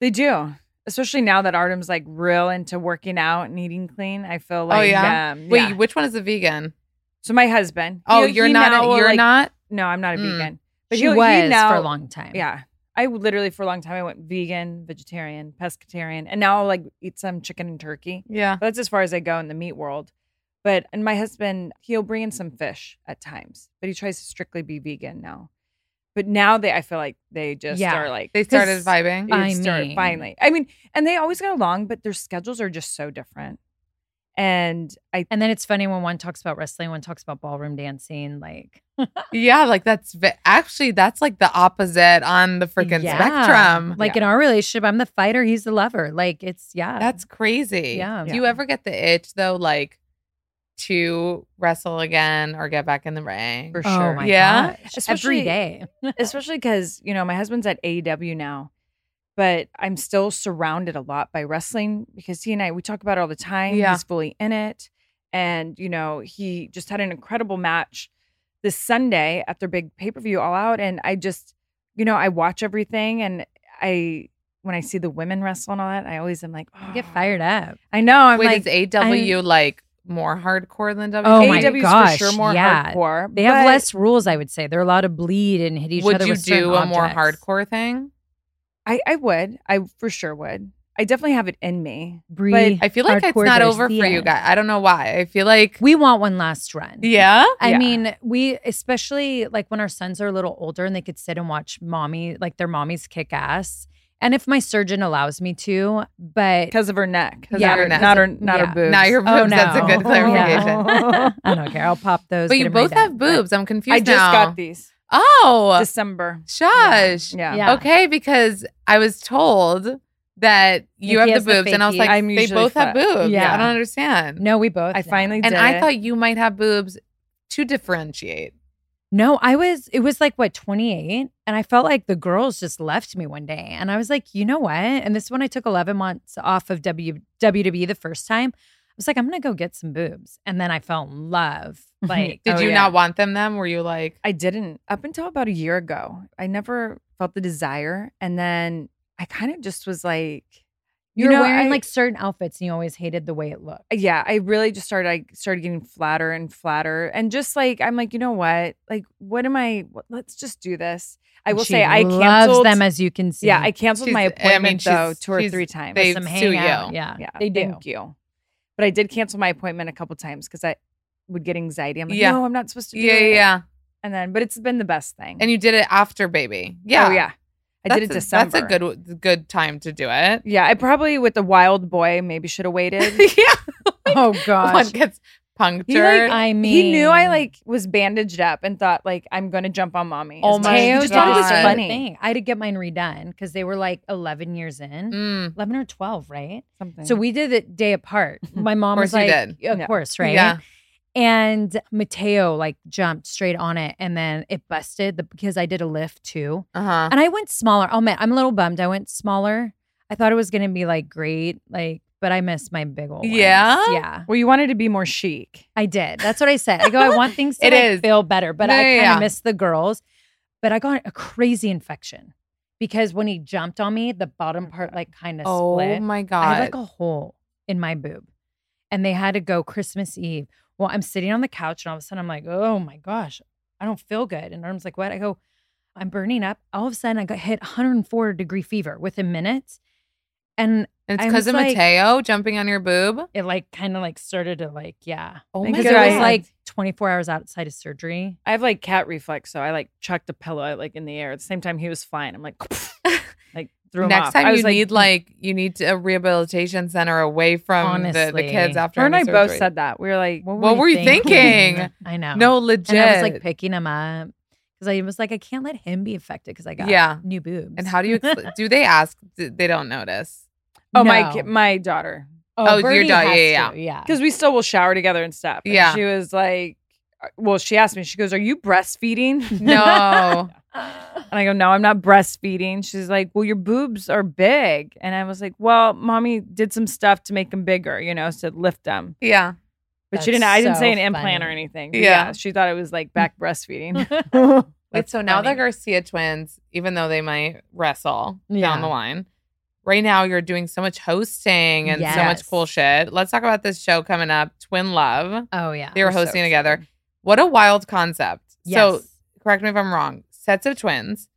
They do. Especially now that Artem's like real into working out and eating clean. I feel like
Oh, yeah?
um,
Wait,
yeah.
which one is a vegan?
So my husband.
Oh,
he-
you're
he
not.
now will,
you're
like-
not.
No, I'm not a
Mm.
vegan. But
she
he'll- he
was for
now-
a long time.
Yeah. I would literally for a long time I went vegan, vegetarian, pescatarian, and now I'll like eat some chicken and turkey.
Yeah.
That's as far as I go in the meat world. But and my husband, he'll bring in some fish at times, but he tries to strictly be vegan now. But now they I feel like they just
Yeah.
are like
They started vibing.
I
It's start-
mean-
finally. I mean, and they always got along, but their schedules are just so different. And I
And then it's funny when one talks about wrestling, one talks about ballroom dancing. Like,
yeah, like that's ve- actually that's like the opposite on the freaking
Yeah.
spectrum.
Like in our relationship, I'm the fighter, he's the lover. Like, it's, yeah.
That's crazy.
Yeah.
Do you ever get the itch though, like to wrestle again or get back in the ring?
For
oh
sure.
my
Yeah.
gosh.
Especially-
Every day.
especially because you know my husband's at AEW now, but I'm still surrounded a lot by wrestling because he and I we talk about it all the time.
Yeah.
He's fully in it, and you know he just had an incredible match this Sunday at their big pay per view All Out, and I just you know I watch everything and I. When I see the women wrestle and all that, I always am like,
I
oh.
get fired up.
I know. I'm
Wait,
like,
is AW like more hardcore than WWE?
Oh my
AEW is
gosh,
for sure more
yeah.
hardcore.
They have
but
less rules, I would say. They're allowed to bleed and hit each
Would
other
you
with certain
do a more
objects.
hardcore thing?
I, I would. I for sure would. I definitely have it in me.
Bree,
I feel like it's
hardcore
not
Garcia.
over for you guys. I don't know why. I feel like
We want one last run.
yeah.
I
Yeah.
mean, we especially like when our sons are a little older and they could sit and watch mommy, like their mommies kick ass. And if my surgeon allows me to, but
Because of her neck.
'Cause of her neck.
Not her not
Yeah.
her boobs.
Now your boobs.
Oh,
That's a
no.
good clarification.
Yeah. I don't care. I'll pop those.
But
get
you
'em right
both have
in.
boobs. I'm confused
I just
now.
got these.
Oh,
December.
shush.
Yeah.
Yeah.
Okay, because I was told that
Nikki
you have the
has the
boobs, and I was
fakies.
like,
I'm
they
usually
both
fat.
have boobs.
Yeah.
I don't understand.
No, we both.
I
know.
finally did.
and I
it.
thought you might have boobs to differentiate.
No, I was. It was like what 28, and I felt like the girls just left me one day, and I was like, you know what? And this one, I took 11 months off of w, WWE the first time. I was like, I'm gonna go get some boobs, and then I fell in love. Like,
Did
Oh,
you
yeah.
not want them? Then were you like,
I didn't up until about a year ago. I never felt the desire. And then I kind of just was like
you're
know,
wearing
I-
like certain outfits, and you always hated the way it looked.
yeah, I really just started I started getting flatter and flatter and just like I'm like, you know what? Like what am I what, let's just do this. I
And
will
she
say I
loves
canceled
them as you can see.
Yeah, I canceled my
She's- I mean,
appointment though
she's-
two or
she's-
three times.
they
Some
sue you.
hangout. Yeah,
Yeah,
they do.
Thank you. But I did cancel my appointment a couple times because I would get anxiety. I'm like,
Yeah.
no, I'm not supposed to. Do
yeah, yeah,
it.
yeah,
And then, but it's been the best thing.
and you did it after baby. Yeah,
Oh, yeah. I did it
That's a-
December.
That's a good good time to do it.
Yeah, I probably with the wild boy maybe should have waited.
yeah,
Oh
one
gosh.
gets punctured.
He like,
I
he knew I
mean-
like was bandaged up and thought like I'm gonna jump on mommy.
Oh
As
my
much as he
God.
Teo
just thought it was
God.
funny.
Thing. I had to get mine redone because they were like 11 years in,
Mm.
11 or 12, right?
Something.
So we did it day apart. My mom
Of
was
course
like,
you
of
Yeah.
course, right?
Yeah.
And Mateo like jumped straight on it, and then it busted the, because I did a lift too,
Uh huh.
and I went smaller. I'll admit, I'm a little bummed. I went smaller. I thought it was gonna be like great, like, but I missed my big old. ones.
Yeah?
yeah.
well, you wanted to be more chic.
I did. That's what I said. I go, I want things to
It
like,
is.
feel better, but I
Yeah,
kind
yeah,
of
yeah.
miss the girls. But I got a crazy infection because when he jumped on me, the bottom part like kind of
Oh
split.
my
I
god.
had like a hole in my boob. And they had to go Christmas Eve. Well, I'm sitting on the couch and all of a sudden I'm like, oh my gosh, I don't feel good. And Arm's like, what? I go, I'm burning up. All of a sudden I got hit 104 degree fever within minutes. And
and it's
I
because
was
of
like-
Mateo jumping on your boob.
it like kind of like started to like, yeah.
Oh
my
Because it was
God.
like 24 hours outside of surgery.
I have like cat reflex, so I like chucked a pillow like in the air. At the same time, he was flying. I'm like, like threw him
Next
off.
time
I
you
was like,
need like you need to- a rehabilitation center away from the, the
Honestly.
kids after.
Her and
any
I both
surgery.
said that. We were like,
What were you thinking?
I know.
no legit.
And I was like picking him up because I was like, I can't let him be affected because I got
Yeah.
new boobs.
and how do you expl- do? They ask. D- They don't notice.
oh my
No.
ki- my daughter,
Oh, it's your
Birdie
dog.
has
Yeah,
to, yeah.
because we still will shower together and stuff. And
Yeah.
she was like, well, she asked me. She goes, "Are you breastfeeding?"
No.
And I go, no, I'm not breastfeeding. She's like, well, your boobs are big. And I was like, well, mommy did some stuff to make them bigger, you know, to lift them.
yeah.
But she
That's
didn't, I didn't say an
so
implant or
funny.
anything. But
Yeah.
yeah. She thought it was like back breastfeeding.
Wait,
That's
so now the
funny.
Garcia twins, even though they might wrestle
Yeah.
down the line, right now you're doing so much hosting and so much cool
Yes.
shit. Let's talk about this show coming up, Twin Love.
Oh yeah.
They were
I'm so
hosting together.
excited.
What a wild concept. So,
Yes.
correct me if I'm wrong, sets of twins,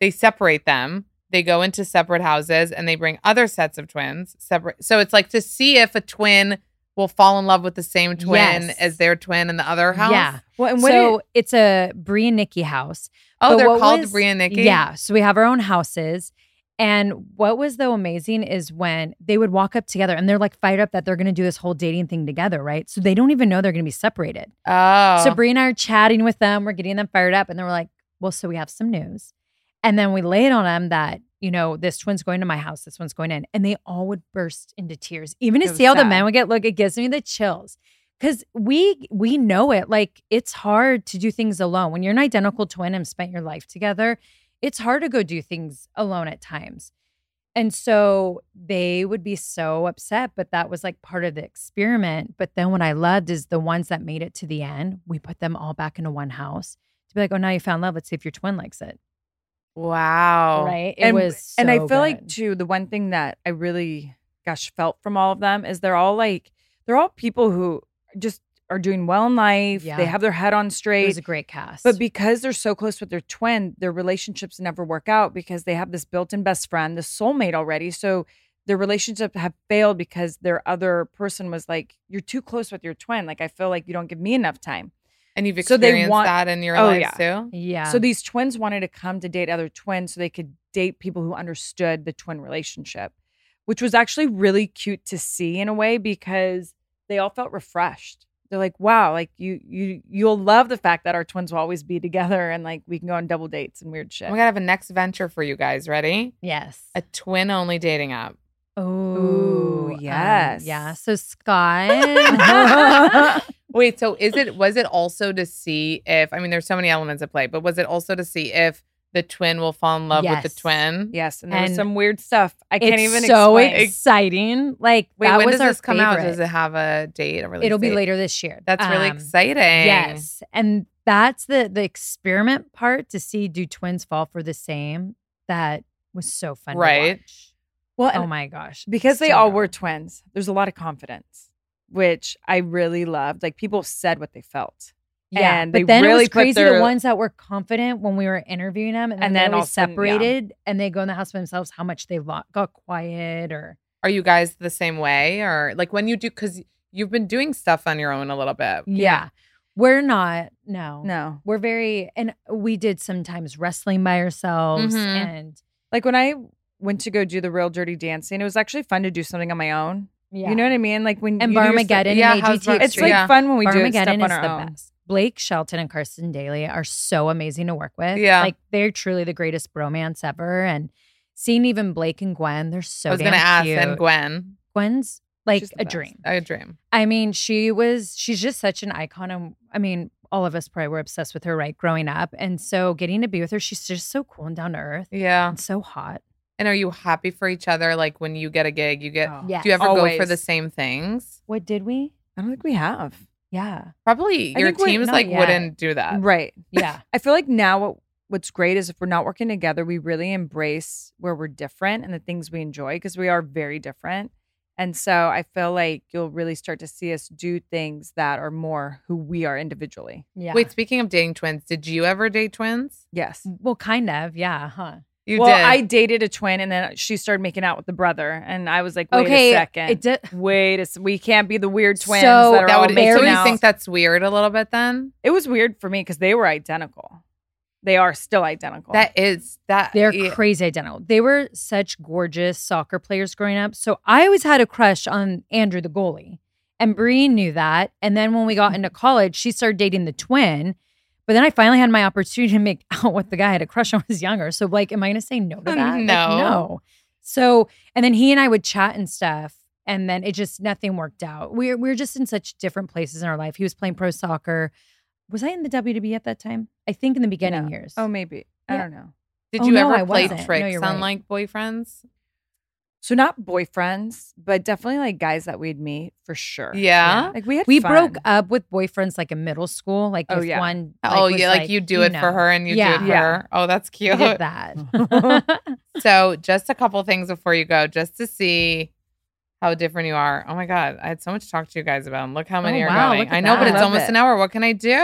they separate them, they go into separate houses, and they bring other sets of twins separate. So, it's like to see if a twin will fall in love with the same twin
Yes.
as their twin in the other house.
Yeah.
well, and what
So
did-
it's a Brie and Nikki house.
Oh,
But
they're
what
called
was-
Brie and Nikki.
Yeah. So we have our own houses. And what was though amazing is when they would walk up together and they're like fired up that they're going to do this whole dating thing together, right? So they don't even know they're going to be separated.
Oh.
So Brie and I are chatting with them. We're getting them fired up. And then we're like, well, so we have some news. And then we lay it on them that, you know, this twin's going to my house, this one's going in. And they all would burst into tears. Even
It
to
was
see how the
sad.
men would get, look, it gives me the chills. Cause we we know it. Like it's hard to do things alone. When you're an identical twin and spent your life together, it's hard to go do things alone at times. And so they would be so upset, but that was like part of the experiment. But then what I loved is the ones that made it to the end, we put them all back into one house to be like, oh, now you found love. Let's see if your twin likes it.
Wow.
Right. It
Oh, and,
was so
and I feel like,
good.
too, the one thing that I really, gosh, felt from all of them is they're all like, they're all people who just are doing well in life.
Yeah.
They have their head on
it
straight.
was a great cast.
But because they're so close with their twin, their relationships never work out because they have this built-in best friend, this soulmate already. So their relationship have failed because their other person was like, "You're too close with your twin. Like I feel like you don't give me enough time."
And you've
So they
experienced
want-
that in your
Oh,
lives too?
yeah.
So these twins wanted to come to date other twins so they could date people who understood the twin relationship, which was actually really cute to see in a way because they all felt refreshed. They're like, wow, like you you you'll love the fact that our twins will always be together and like we can go on double dates and weird shit.
I'm gonna have a next venture for you guys. Ready?
yes.
A twin only dating app.
Oh,
yes.
yeah. So Scott.
Wait, so is it was it also to see if I mean there's so many elements at play, but was it also to see if the twin will fall in love with
Yes.
the twin?
Yes, and there was
And
some weird stuff. I can't
it's
even
so
explain.
exciting. Like
Wait,
that
when
was
does
our
this come out?
favorite.
Does it have a date? A release
It'll be
date?
later this year.
That's really
Um,
exciting.
Yes. And that's the the experiment part to see do twins fall for the same. That was so fun. to
Right.
watch.
well,
Oh
and
my gosh.
because they
So
all
good.
were twins. There's a lot of confidence, which I really loved. Like people said what they felt.
Yeah.
and
but
they
then it
really
was
put
crazy the
their-
ones that were confident when we were interviewing them and then,
And then
they
all
were
of a sudden, yeah.
separated and they go in the house by themselves, how much they lo- got quiet or
Are you guys the same way? Or like when you do because you've been doing stuff on your own a little bit.
yeah. We're not, no.
No.
We're very and we did sometimes wrestling by ourselves
Mm-hmm.
Mhm.
and
Like when I went to go do the real dirty dancing, it was actually fun to do something on my own.
Yeah.
You know what I mean? Like when
And
you do your stuff-
Barmageddon and
yeah,
AGT
how's Bar- It's
Extreme.
like
Yeah.
fun when we do stuff
Barmageddon
on
is
our
the
own.
best. Blake Shelton and Kirsten Daly are so amazing to work with.
Yeah.
Like they're truly the greatest bromance ever. And seeing even Blake and Gwen, they're so
I was
damn
gonna ask,
cute.
and Gwen,
Gwen's like
She's the
a
best.
dream.
I dream.
I mean, she was she's just such an icon. And I mean, all of us probably were obsessed with her, right, growing up. And so getting to be with her, she's just so cool and down to earth.
Yeah.
And so hot.
And are you happy for each other? Like when you get a gig, you get.
Oh.
Yeah.
Do you ever go for
Always.
the same things?
What did we?
I don't think we have.
Yeah.
Probably
I
your
think we-
teams
not
like
yet.
wouldn't do that.
Right.
Yeah.
I feel like now what, what's great is if we're not working together, we really embrace where we're different and the things we enjoy because we are very different. And so I feel like you'll really start to see us do things that are more who we are individually.
yeah.
Wait, speaking of dating twins, did you ever date twins?
Yes.
Well, kind of. Yeah. Huh.
You
well,
did.
I dated a twin and then she started making out with the brother. And I was like, wait
okay.
a second.
It did.
Wait, a s we can't be the weird twins.
So
that, are
that
all
would.
married
So
making
you
out.
think that's weird a little bit then?
it was weird for me because they were identical. They are still identical.
That is that.
They're
yeah.
crazy identical. They were such gorgeous soccer players growing up. So I always had a crush on Andrew the goalie. And Bree knew that. And then when we got
Mm-hmm.
into college, she started dating the twin. But then I finally had my opportunity to make out with the guy I had a crush on when I was younger. So like, am I gonna say no to that? Like,
No.
no. So and then he and I would chat and stuff. And then it just nothing worked out. We we're, we were just in such different places in our life. He was playing pro soccer. Was I in the WDB at that time? I think in the beginning
No.
years.
oh, maybe. I
Yeah.
don't know.
Did
Oh,
you
no,
ever
I
play
wasn't. No,
tricks
you're
on
right.
like boyfriends?
So not boyfriends, but definitely like guys that we'd meet for sure.
Yeah?
Like we had
We
fun.
broke up with boyfriends like in middle school. Like
Oh,
if
yeah.
one.
oh
was
yeah, like you do it
know,
for her and you
Yeah.
do it for
Yeah.
her. Oh, that's
I
cute.
did that.
So, just a couple things before you go, just to see how different you are. Oh my God, I had so much to talk to you guys about. and Look how many
Oh,
are
wow,
going.
look at
I know,
that.
but it's
Love
almost
it.
an hour. What can I do?
I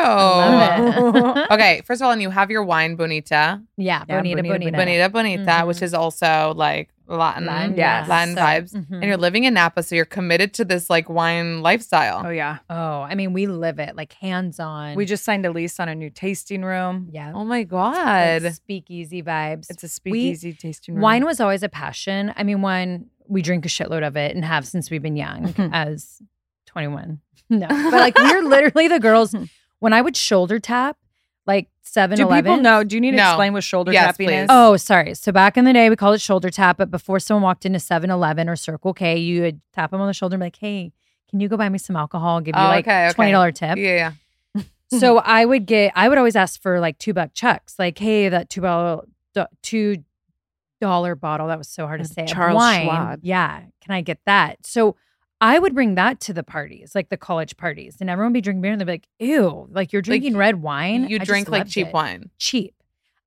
Oh.
love it. Uh-huh.
okay, first of all, and you have your wine, Bonita,
Yeah,
yeah, bonita,
bonita,
bonita,
Bonita, Bonita,
Mhm.
which is also like Latin,
Latin,
Yes.
Latin
So,
vibes.
mhm.
And you're living in Napa, so you're committed to this like wine lifestyle.
Oh yeah.
Oh, I mean, we live it like hands on.
We just signed a lease on a new tasting room.
yeah.
Oh my God.
It's speakeasy vibes.
It's a speakeasy tasting room.
Wine was always a passion. I mean, one we drink a shitload of it and have since we've been young as 21. No, but like we're literally the girls. When I would shoulder tap, like seven
Do
eleven.
people know? Do you need to
No.
explain what shoulder
Yes,
tapping
please.
is?
Oh, sorry. So back in the day, we called it shoulder tap, but before someone walked into 7 Eleven or Circle K, you would tap them on the shoulder and be like, hey, can you go buy me some alcohol? I'll give you
Oh,
like
okay, okay.
$20
Yeah,
tip.
yeah.
So I would get, I would always ask for like two buck chucks, like, hey, that two bottle, do- two dollar bottle, that was so hard to
Of
say. of
Charles
wine.
Schwab.
Yeah. Can I get that? So I would bring that to the parties, like the college parties, and everyone would be drinking beer and they'd be like, ew, like you're drinking red wine.
You
I just
drink like
loved
cheap
it
wine.
cheap.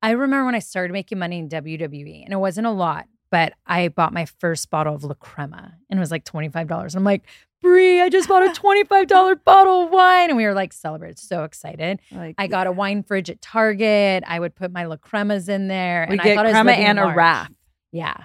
I remember when I started making money in WWE, and it wasn't a lot, but I bought my first bottle of La Crema, and it was like twenty five dollars. I'm like, Brie, I just bought a twenty five dollar bottle of wine, and we were like celebrating, so excited.
Like,
I got a wine fridge at Target. I would put my La Cremas in there,
We
and I
get
thought I was
crema
living
and a
large.
wrath.
Yeah.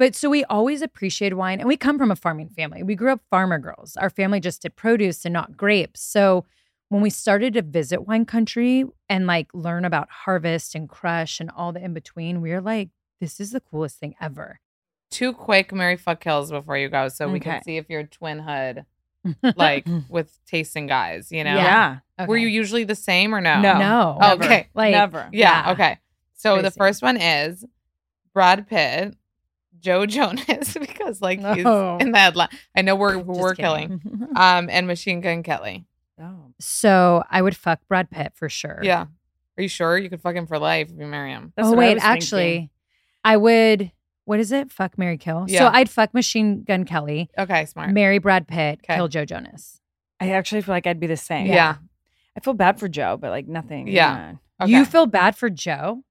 But so we always appreciated wine and we come from a farming family. We grew up farmer girls. Our family just did produce and not grapes. So when we started to visit wine country and like learn about harvest and crush and all the in between, we were like, this is the coolest thing ever.
two quick Mary fuck kills before you go, so we can
Okay.
see if you're twin hood, like with tasting guys. You know,
Yeah.
Yeah.
were
Okay.
you usually the same or no?
No.
No.
Oh, okay.
Like,
Never.
Yeah. Okay. So the
Crazy.
first one is Brad Pitt, Joe Jonas, because like he's
No.
in the headline. I know we're we're killing.
kidding.
Um, and Machine Gun Kelly.
oh.
So I would fuck Brad Pitt for sure.
Yeah. Are you sure you could fuck him for life if you marry him?
That's
oh,
what I
wait,
was
actually,
thinking.
I would, what is it? Fuck Mary Kill. So
Yeah.
I'd fuck Machine Gun Kelly,
Okay, smart.
marry Brad Pitt,
Okay.
kill Joe Jonas.
I actually feel like I'd be the same.
yeah.
I feel bad for Joe, but like nothing.
Yeah.
man.
Okay.
You feel bad for Joe?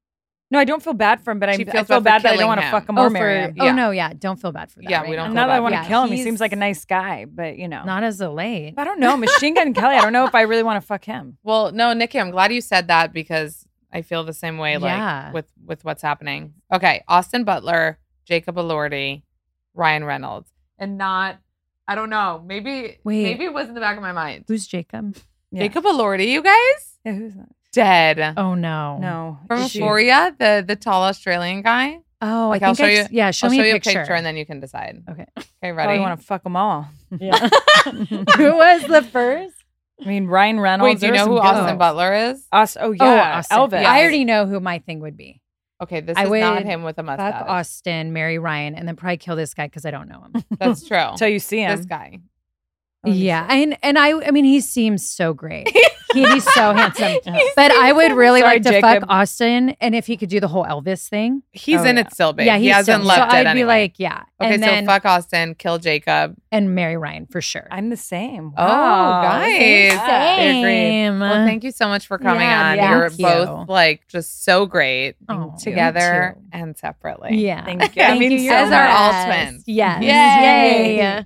No, I don't feel bad for him, but I,
She
I
feels
feel bad
bad for
that I don't
killing
want to
him.
fuck him
oh,
or
for-
marry him.
Oh
Yeah.
no, yeah, don't feel bad for that.
Yeah,
right
we don't
now.
feel
Not that I
bad.
want to
Yeah,
kill him. He
he's
seems like a nice guy, but you know.
Not as a late.
I don't know. Machine Gun Kelly, I don't know if I really want to fuck him.
Well, no, Nikki, I'm glad you said that because I feel the same way. Like
Yeah.
with with what's happening. Okay, Austin Butler, Jacob Elordi, Ryan Reynolds, and not. I don't know. Maybe
Wait.
maybe it was in the back of my mind.
Who's Jacob?
Yeah.
Jacob Elordi, you guys
Yeah, who's that?
dead
Oh no,
No.
from
Is she-
Euphoria, the the tall Australian guy.
Oh,
Like,
I
I'll
think I
show
just- yeah, show
I'll
me
show
a
you
picture.
a picture and then you can decide.
Okay.
Okay,
Oh, I
ready?
want to fuck them all.
Yeah. Who was the first?
I mean, Ryan Reynolds.
Wait, do you
there
know
were
who
some good
Austin
ones.
Butler is?
Aus- oh,
Oh,
yeah.
Austin.
Elvis.
I already know who my thing would be.
Okay, this
I
is not
would
him with a
Fuck
mustache.
Austin, marry Ryan, and then probably kill this guy because I don't know him.
That's true.
Until you see him.
this guy.
Oh, he's-
yeah, and and I I mean he seems so great. He- he's so handsome.
He's-
But I would really
Sorry,
like to
Jacob.
fuck Austin, and if he could do the whole Elvis thing,
He's
Oh,
in
yeah.
it still, babe.
yeah,
he,
he's
hasn't
so,
left
So
it
I'd
anyway.
be like, yeah,
okay,
and then
so fuck Austin, kill Jacob.
and marry Ryan for sure.
I'm the same.
Oh,
Wow.
guys.
Yeah.
Agreed. Well, thank you so much for coming
Yeah,
on.
thank
You're
you.
both like just so great
Oh, you
together
too.
and separately.
Yeah,
Thank you.
Thank
I mean,
you.
so
you're
as our
the
all
best.
twins.
Yes.
Yay.
Yay.